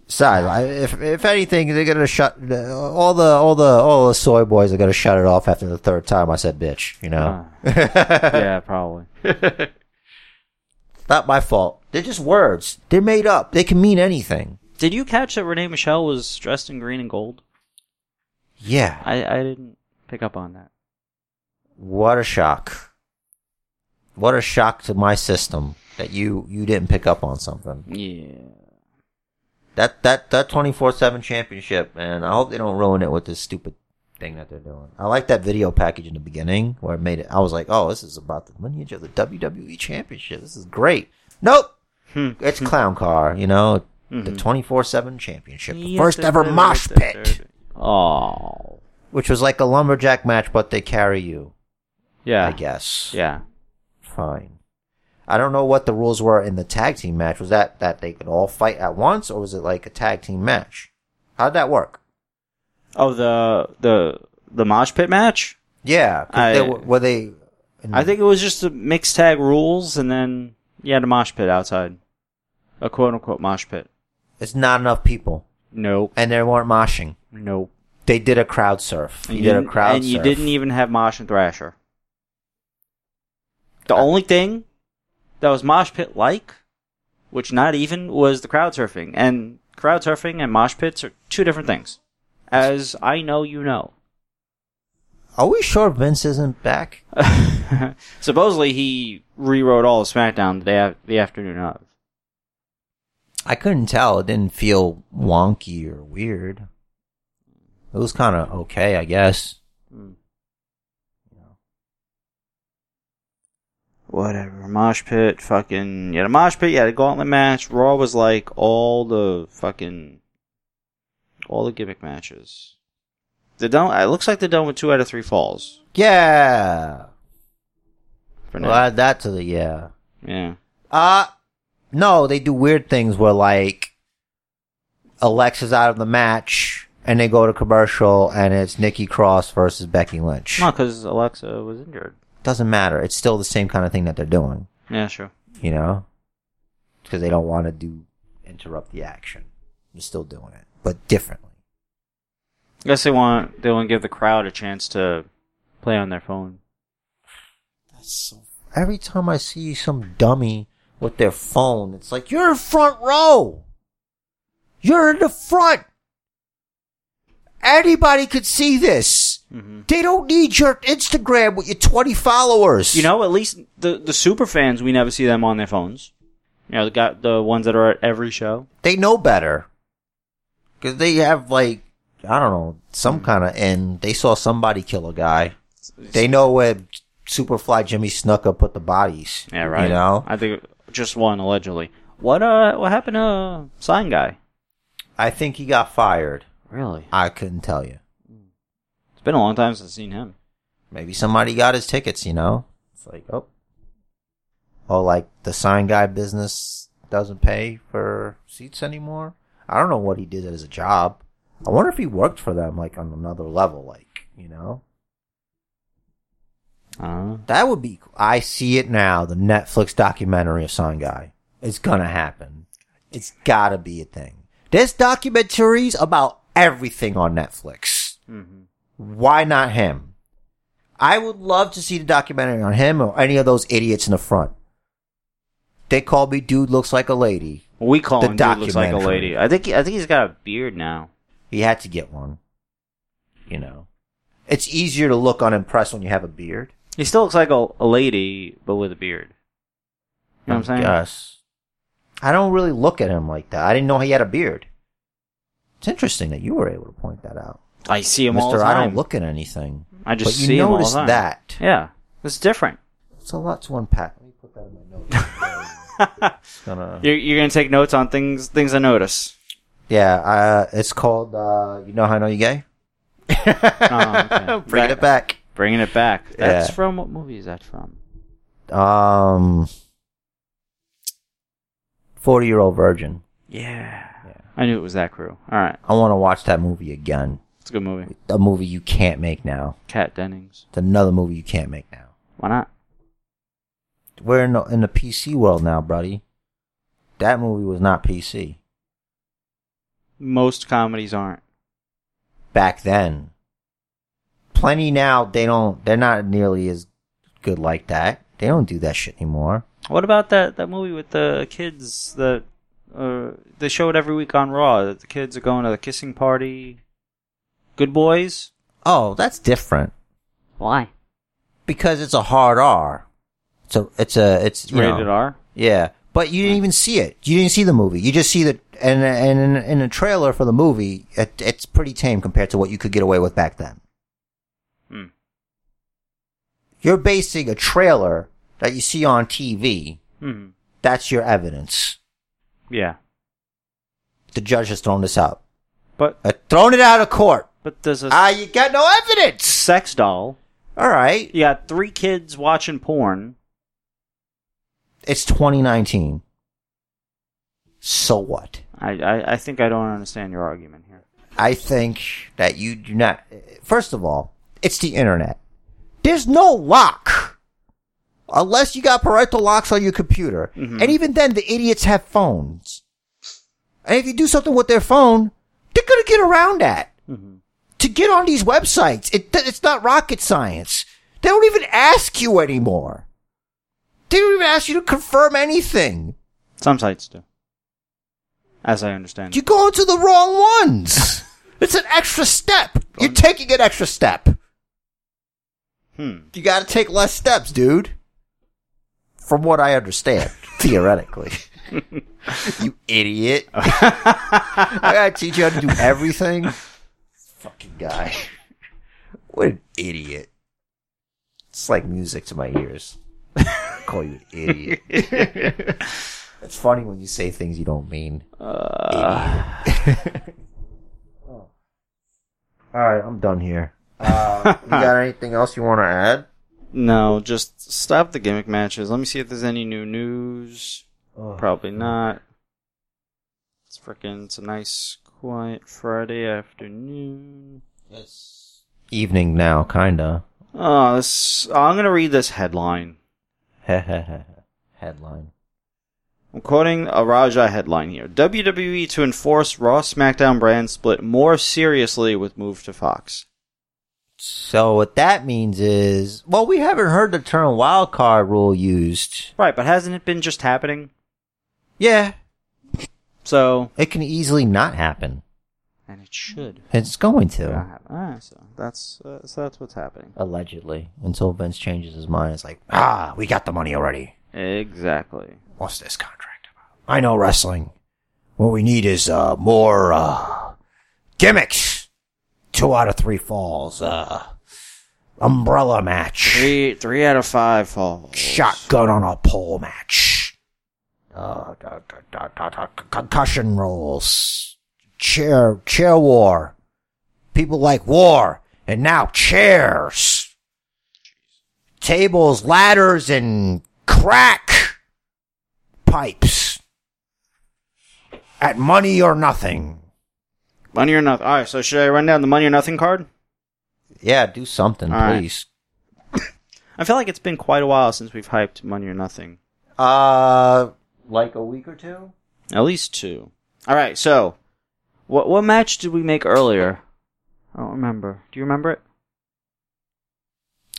Besides, I, if if anything, they're gonna shut all the all the all the soy boys are gonna shut it off after the third time I said bitch. You know, [laughs] yeah, probably. not my fault. They're just words. They're made up. They can mean anything. Did you catch that Renee Michelle was dressed in green and gold? Yeah. I, I didn't pick up on that. What a shock. What a shock to my system that you you didn't pick up on something. Yeah. That that that twenty four seven championship, man. I hope they don't ruin it with this stupid thing that they're doing. I like that video package in the beginning where it made it. I was like, oh, this is about the lineage of the WWE championship. This is great. Nope, Hmm. it's clown car. You know, the Mhm. twenty four seven championship, the first ever mosh pit, Oh. which was like a lumberjack match, but they carry you. Yeah. I guess. Yeah. Fine. I don't know what the rules were in the tag team match. Was that that they could all fight at once, or was it like a tag team match? How'd that work? Oh, the the the mosh pit match. Yeah, 'cause I- they were, were they? Mm-hmm. I think it was just the mixed tag rules, and then you had a mosh pit outside. A quote unquote mosh pit. It's not enough people, Nope. and they weren't moshing. Nope. They did a crowd surf. And You did a didn't- crowd And surf. you didn't e- even have Mosh and Thrasher. The only thing that was Mosh Pit like, which not even, was the crowd surfing. And crowd surfing and Mosh Pits are two different things. As I know, you know. Are we sure Vince isn't back? [laughs] Supposedly he rewrote all of SmackDown the, day, af- the afternoon of. I couldn't tell. It didn't feel wonky or weird. It was kind of okay, I guess. Whatever. Mosh Pit, fucking. You had a Mosh Pit, you had a gauntlet match. Raw was like all the fucking. All the gimmick matches. They're done. It looks like they're done with two out of three falls. Yeah. For Well, now. add that to the yeah. yeah. Uh no, they do weird things where like Alexa's out of the match and they go to commercial and it's Nikki Cross versus Becky Lynch. Not because Alexa was injured. Doesn't matter. It's still the same kind of thing that they're doing, Yeah, sure. you know? Because they don't want to do interrupt the action. They're still doing it, but differently. I guess they want they want to give the crowd a chance to play on their phone. Every time I see some dummy with their phone, it's like you're in front row. You're in the front. Anybody could see this. hmm They don't need your Instagram with your 20 followers. You know, at least the the super fans we never see them on their phones. You know, the got the ones that are at every show. they know better. Cause they have like, I don't know, some Hmm. kind of end. They saw somebody kill a guy. They know where Superfly Jimmy Snooker put the bodies. Yeah, right. You know? I think just one allegedly. What uh? What happened to sign guy? I think he got fired. Really? I couldn't tell you. It's been a long time since I've seen him. Maybe somebody got his tickets, you know? It's like, oh. Oh, like the sign guy business doesn't pay for seats anymore? I don't know what he did as a job. I wonder if he worked for them, like, on another level, like, you know? I don't know. That would be. I see it now. The Netflix documentary of Sign Guy. It's gonna happen. It's gotta be a thing. There's documentaries about everything on Netflix. Mm-hmm. Why not him? I would love to see the documentary on him or any of those idiots in the front. They call me dude looks like a lady. We call The him dude looks like a documentary. lady. I think he, I think he's got a beard now. He had to get one. You know. It's easier to look unimpressed when you have a beard. He still looks like a, a lady, but with a beard. You know what I'm Oh saying? Yes. I don't really look at him like that. I didn't know he had a beard. It's interesting that you were able to point that out, I see him all the Mister. I time. don't look at anything. I just but you see him all the notice time. that. Yeah, it's [laughs] different. It's a lot to unpack. Let me put that in my [laughs] notes. It's gonna- you're you're gonna take notes on things things I notice. yeah, uh, it's called. Uh, you know how I know you gay? [laughs] Oh, [laughs] okay. Bringing it back. Bringing it back. That's Yeah. from what movie is that from? Um, forty-year-old virgin. Yeah. I knew it was that crew. All right, I want to watch that movie again. it's a good movie. A movie you can't make now. Cat Dennings. It's another movie you can't make now. Why not? we're in the, in the PC world now, buddy. That movie was not PC Most comedies aren't. back then. Plenty now, they don't. They're not nearly as good like that. They don't do that shit anymore. What about that that movie with the kids that uh, they show it every week on Raw? That the kids are going to the kissing party. Good boys. Oh, that's different Why? because it's a hard R. It's a it's a it's It's you know, rated R. Yeah, but you didn't even see it. You didn't see the movie. You just see the and and in, in a trailer for the movie, it, it's pretty tame compared to what you could get away with back then. Hmm. You're basing a trailer that you see on TV. hmm That's your evidence. Yeah. The judge has thrown this out. But Uh, thrown it out of court. but there's a Ah, you got no evidence. sex doll. All right. You got three kids watching porn. It's 2019. So what? I, I, I think I don't understand your argument here. I think that you do not. First of all, it's the internet. There's no lock unless you got parental locks on your computer. And even then, the idiots have phones. And if you do something with their phone, they're going to get around that. To get on these websites, it, it's not rocket science. They don't even ask you anymore. They don't even ask you to confirm anything. Some sites do. As I understand You it. go into the wrong ones. [laughs] it's an extra step. You're taking an extra step. Hmm. You got to take less steps, dude. From what I [laughs] understand, theoretically. you idiot. Hmm. [laughs] I got to teach you how to do everything. Fucking guy. What an idiot. It's like music to my ears. I call you an idiot. it's funny when you say things you don't mean. Uh, Idiot. Oh. All right, I'm done here. Uh, you got anything else you want to add? No, just stop the gimmick matches. Let me see if there's any new news. Probably not. It's frickin' it's a nice quiet Friday afternoon. It's evening now, kinda. [laughs] Oh, this, oh, I'm gonna read this headline. Headline. I'm quoting a Raja headline here. WWE to enforce Raw SmackDown brand split more seriously with move to Fox. So what that means is, well, we haven't heard the term wild card rule used. Right, but hasn't it been just happening? Yeah, So, it can easily not happen. and it should. It's going to not happen. Ah, so that's uh, so that's what's happening. allegedly until Vince changes his mind. It's like, ah, we got the money already. Exactly. What's this contract about? I know wrestling. What we need is uh, more uh, gimmicks. Two out of three falls. Uh, umbrella match. Three three out of five falls. shotgun on a pole match. Uh, da- da- da- da- da- con- concussion rolls. Chair, chair war. People like war. And now chairs. Tables, ladders, and crack pipes. At money or nothing. Money or nothing. All right, so should I run down the money or nothing card? Yeah, do something, All right. please. I feel like it's been quite a while since we've hyped money or nothing. Uh, like a week or two? At least two. All right, so what what match did we make earlier? I don't remember. Do you remember it?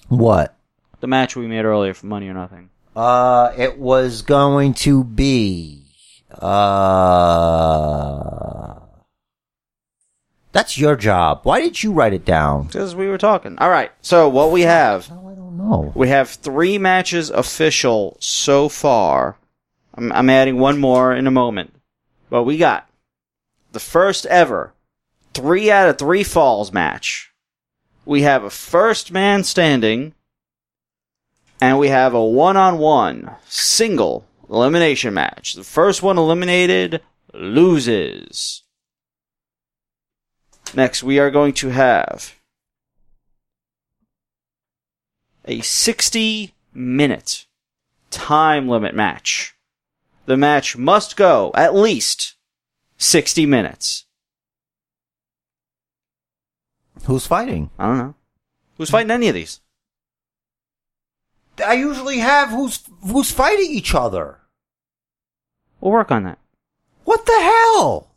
What? The match we made earlier for money or nothing. Uh, it was going to be, uh, that's your job. Why did you write it down? Because we were talking. All right, so what we have No, I don't know. we have three matches official so far. I'm, I'm adding one more in a moment, but we got the first ever three out of three falls match. We have a first man standing, and we have a one on one single elimination match. The first one eliminated loses. Next, we are going to have a 60 minute time limit match. The match must go at least 60 minutes. Who's fighting? I don't know. Who's fighting any of these? I usually have who's, who's fighting each other. We'll work on that. What the hell?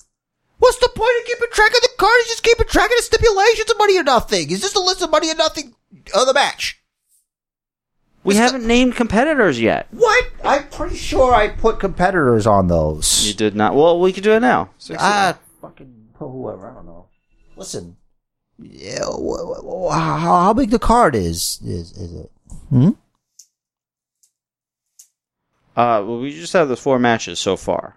What's the point of keeping track of the cards? Just keeping track of the stipulations of money or nothing. Is this a list of money or nothing of the match? We It's haven't named competitors yet. What? I'm pretty sure I put competitors on those. You did not. Well, we could do it now. 60 Ah, fucking put whoever. I don't know. Listen, yeah, wh- wh- wh- how, how big the card is? Is is it? Hmm. Uh, well, we just have the four matches so far.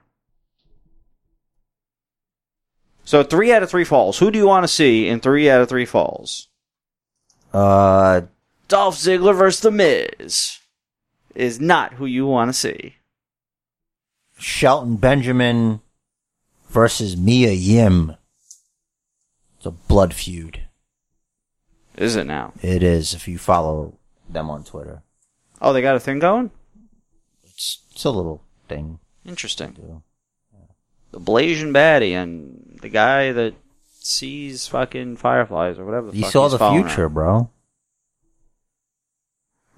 So three out of three falls. Who do you want to see in three out of three falls? Uh, Dolph Ziggler versus The Miz is not who you want to see. Shelton Benjamin versus Mia Yim. It's a blood feud. Is it now? It is. If you follow them on Twitter, Oh, they got a thing going? it's it's a little thing. Interesting. Too. The Blasian Baddie and the guy that sees fucking fireflies or whatever the You fuck saw he's the following future, bro.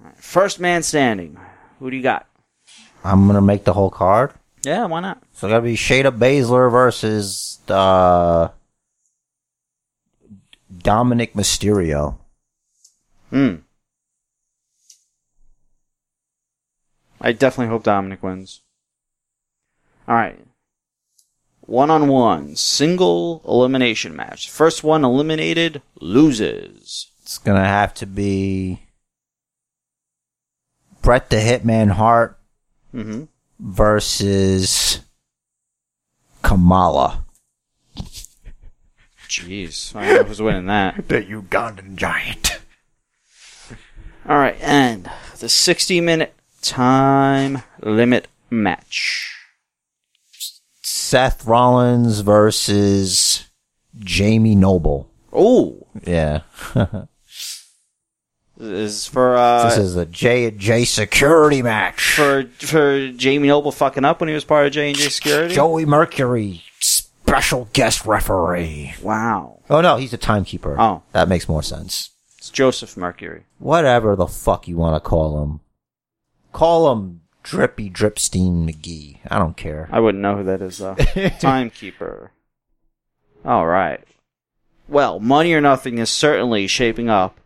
her. First man standing. Who do you got? I'm gonna make the whole card. Yeah, why not? So it's gotta be Shayna Baszler versus uh, Dominic Mysterio. Hmm. I definitely hope Dominic wins. All right. One on one, single elimination match. First one eliminated loses. It's gonna have to be Brett the Hitman Hart Mm-hmm. versus Kamala. Jeez, I don't know who's winning that. The Ugandan giant. All right, and the 60 minute time limit match. Seth Rollins versus Jamie Noble. Oh, Yeah. this is for uh, this is a J J security match. for for Jamie Noble fucking up when he was part of J and J Security. Joey Mercury, special guest referee. Wow, Oh no, he's a timekeeper. Oh. That makes more sense. it's Joseph Mercury. Whatever the fuck you want to call him. Call him Drippy Dripstein McGee. I don't care. I wouldn't know who that is [laughs] though. Timekeeper. All right. Well, Money or Nothing is certainly shaping up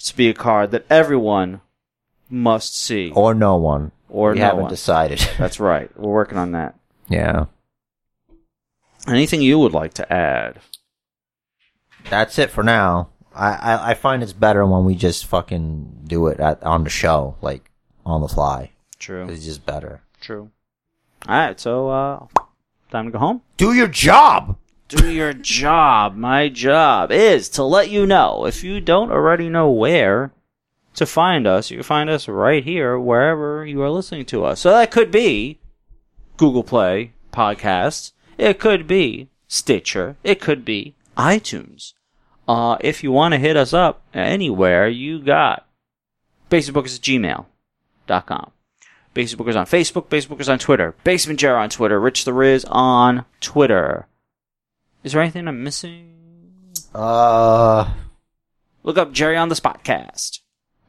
to be a card that everyone must see. Or no one. Or we no haven't one. decided. [laughs] That's right. We're working on that. yeah. Anything you would like to add? That's it for now. I, I, I find it's better when we just fucking do it at, on the show, like on the fly. True. It's just better. True. All right. So, uh, time to go home. Do your job! do your job. My job is to let you know if you don't already know where to find us. You can find us right here wherever you are listening to us. So that could be Google Play podcasts. It could be Stitcher. It could be iTunes. Uh, if you want to hit us up anywhere, you got Basebook is gmail.com. Basement Bookers on Facebook, Basement Bookers on Twitter, Basement Jar on Twitter, Rich the Riz on Twitter. Is there anything I'm missing? Uh, Look up Jerry on the Spotcast.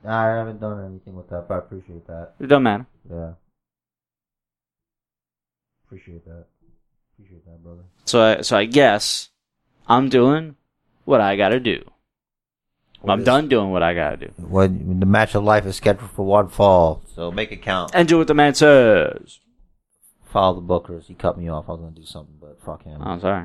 I haven't done anything with that, but I appreciate that. It doesn't matter. Yeah. Appreciate that. Appreciate that, brother. So I, so I guess I'm doing what I gotta do. What I'm is- done doing what I gotta do. When the match of life is scheduled for one fall, so make it count. And do what the man says. Follow the bookers. He cut me off. I was gonna do something, but fuck him. Oh, I'm sorry.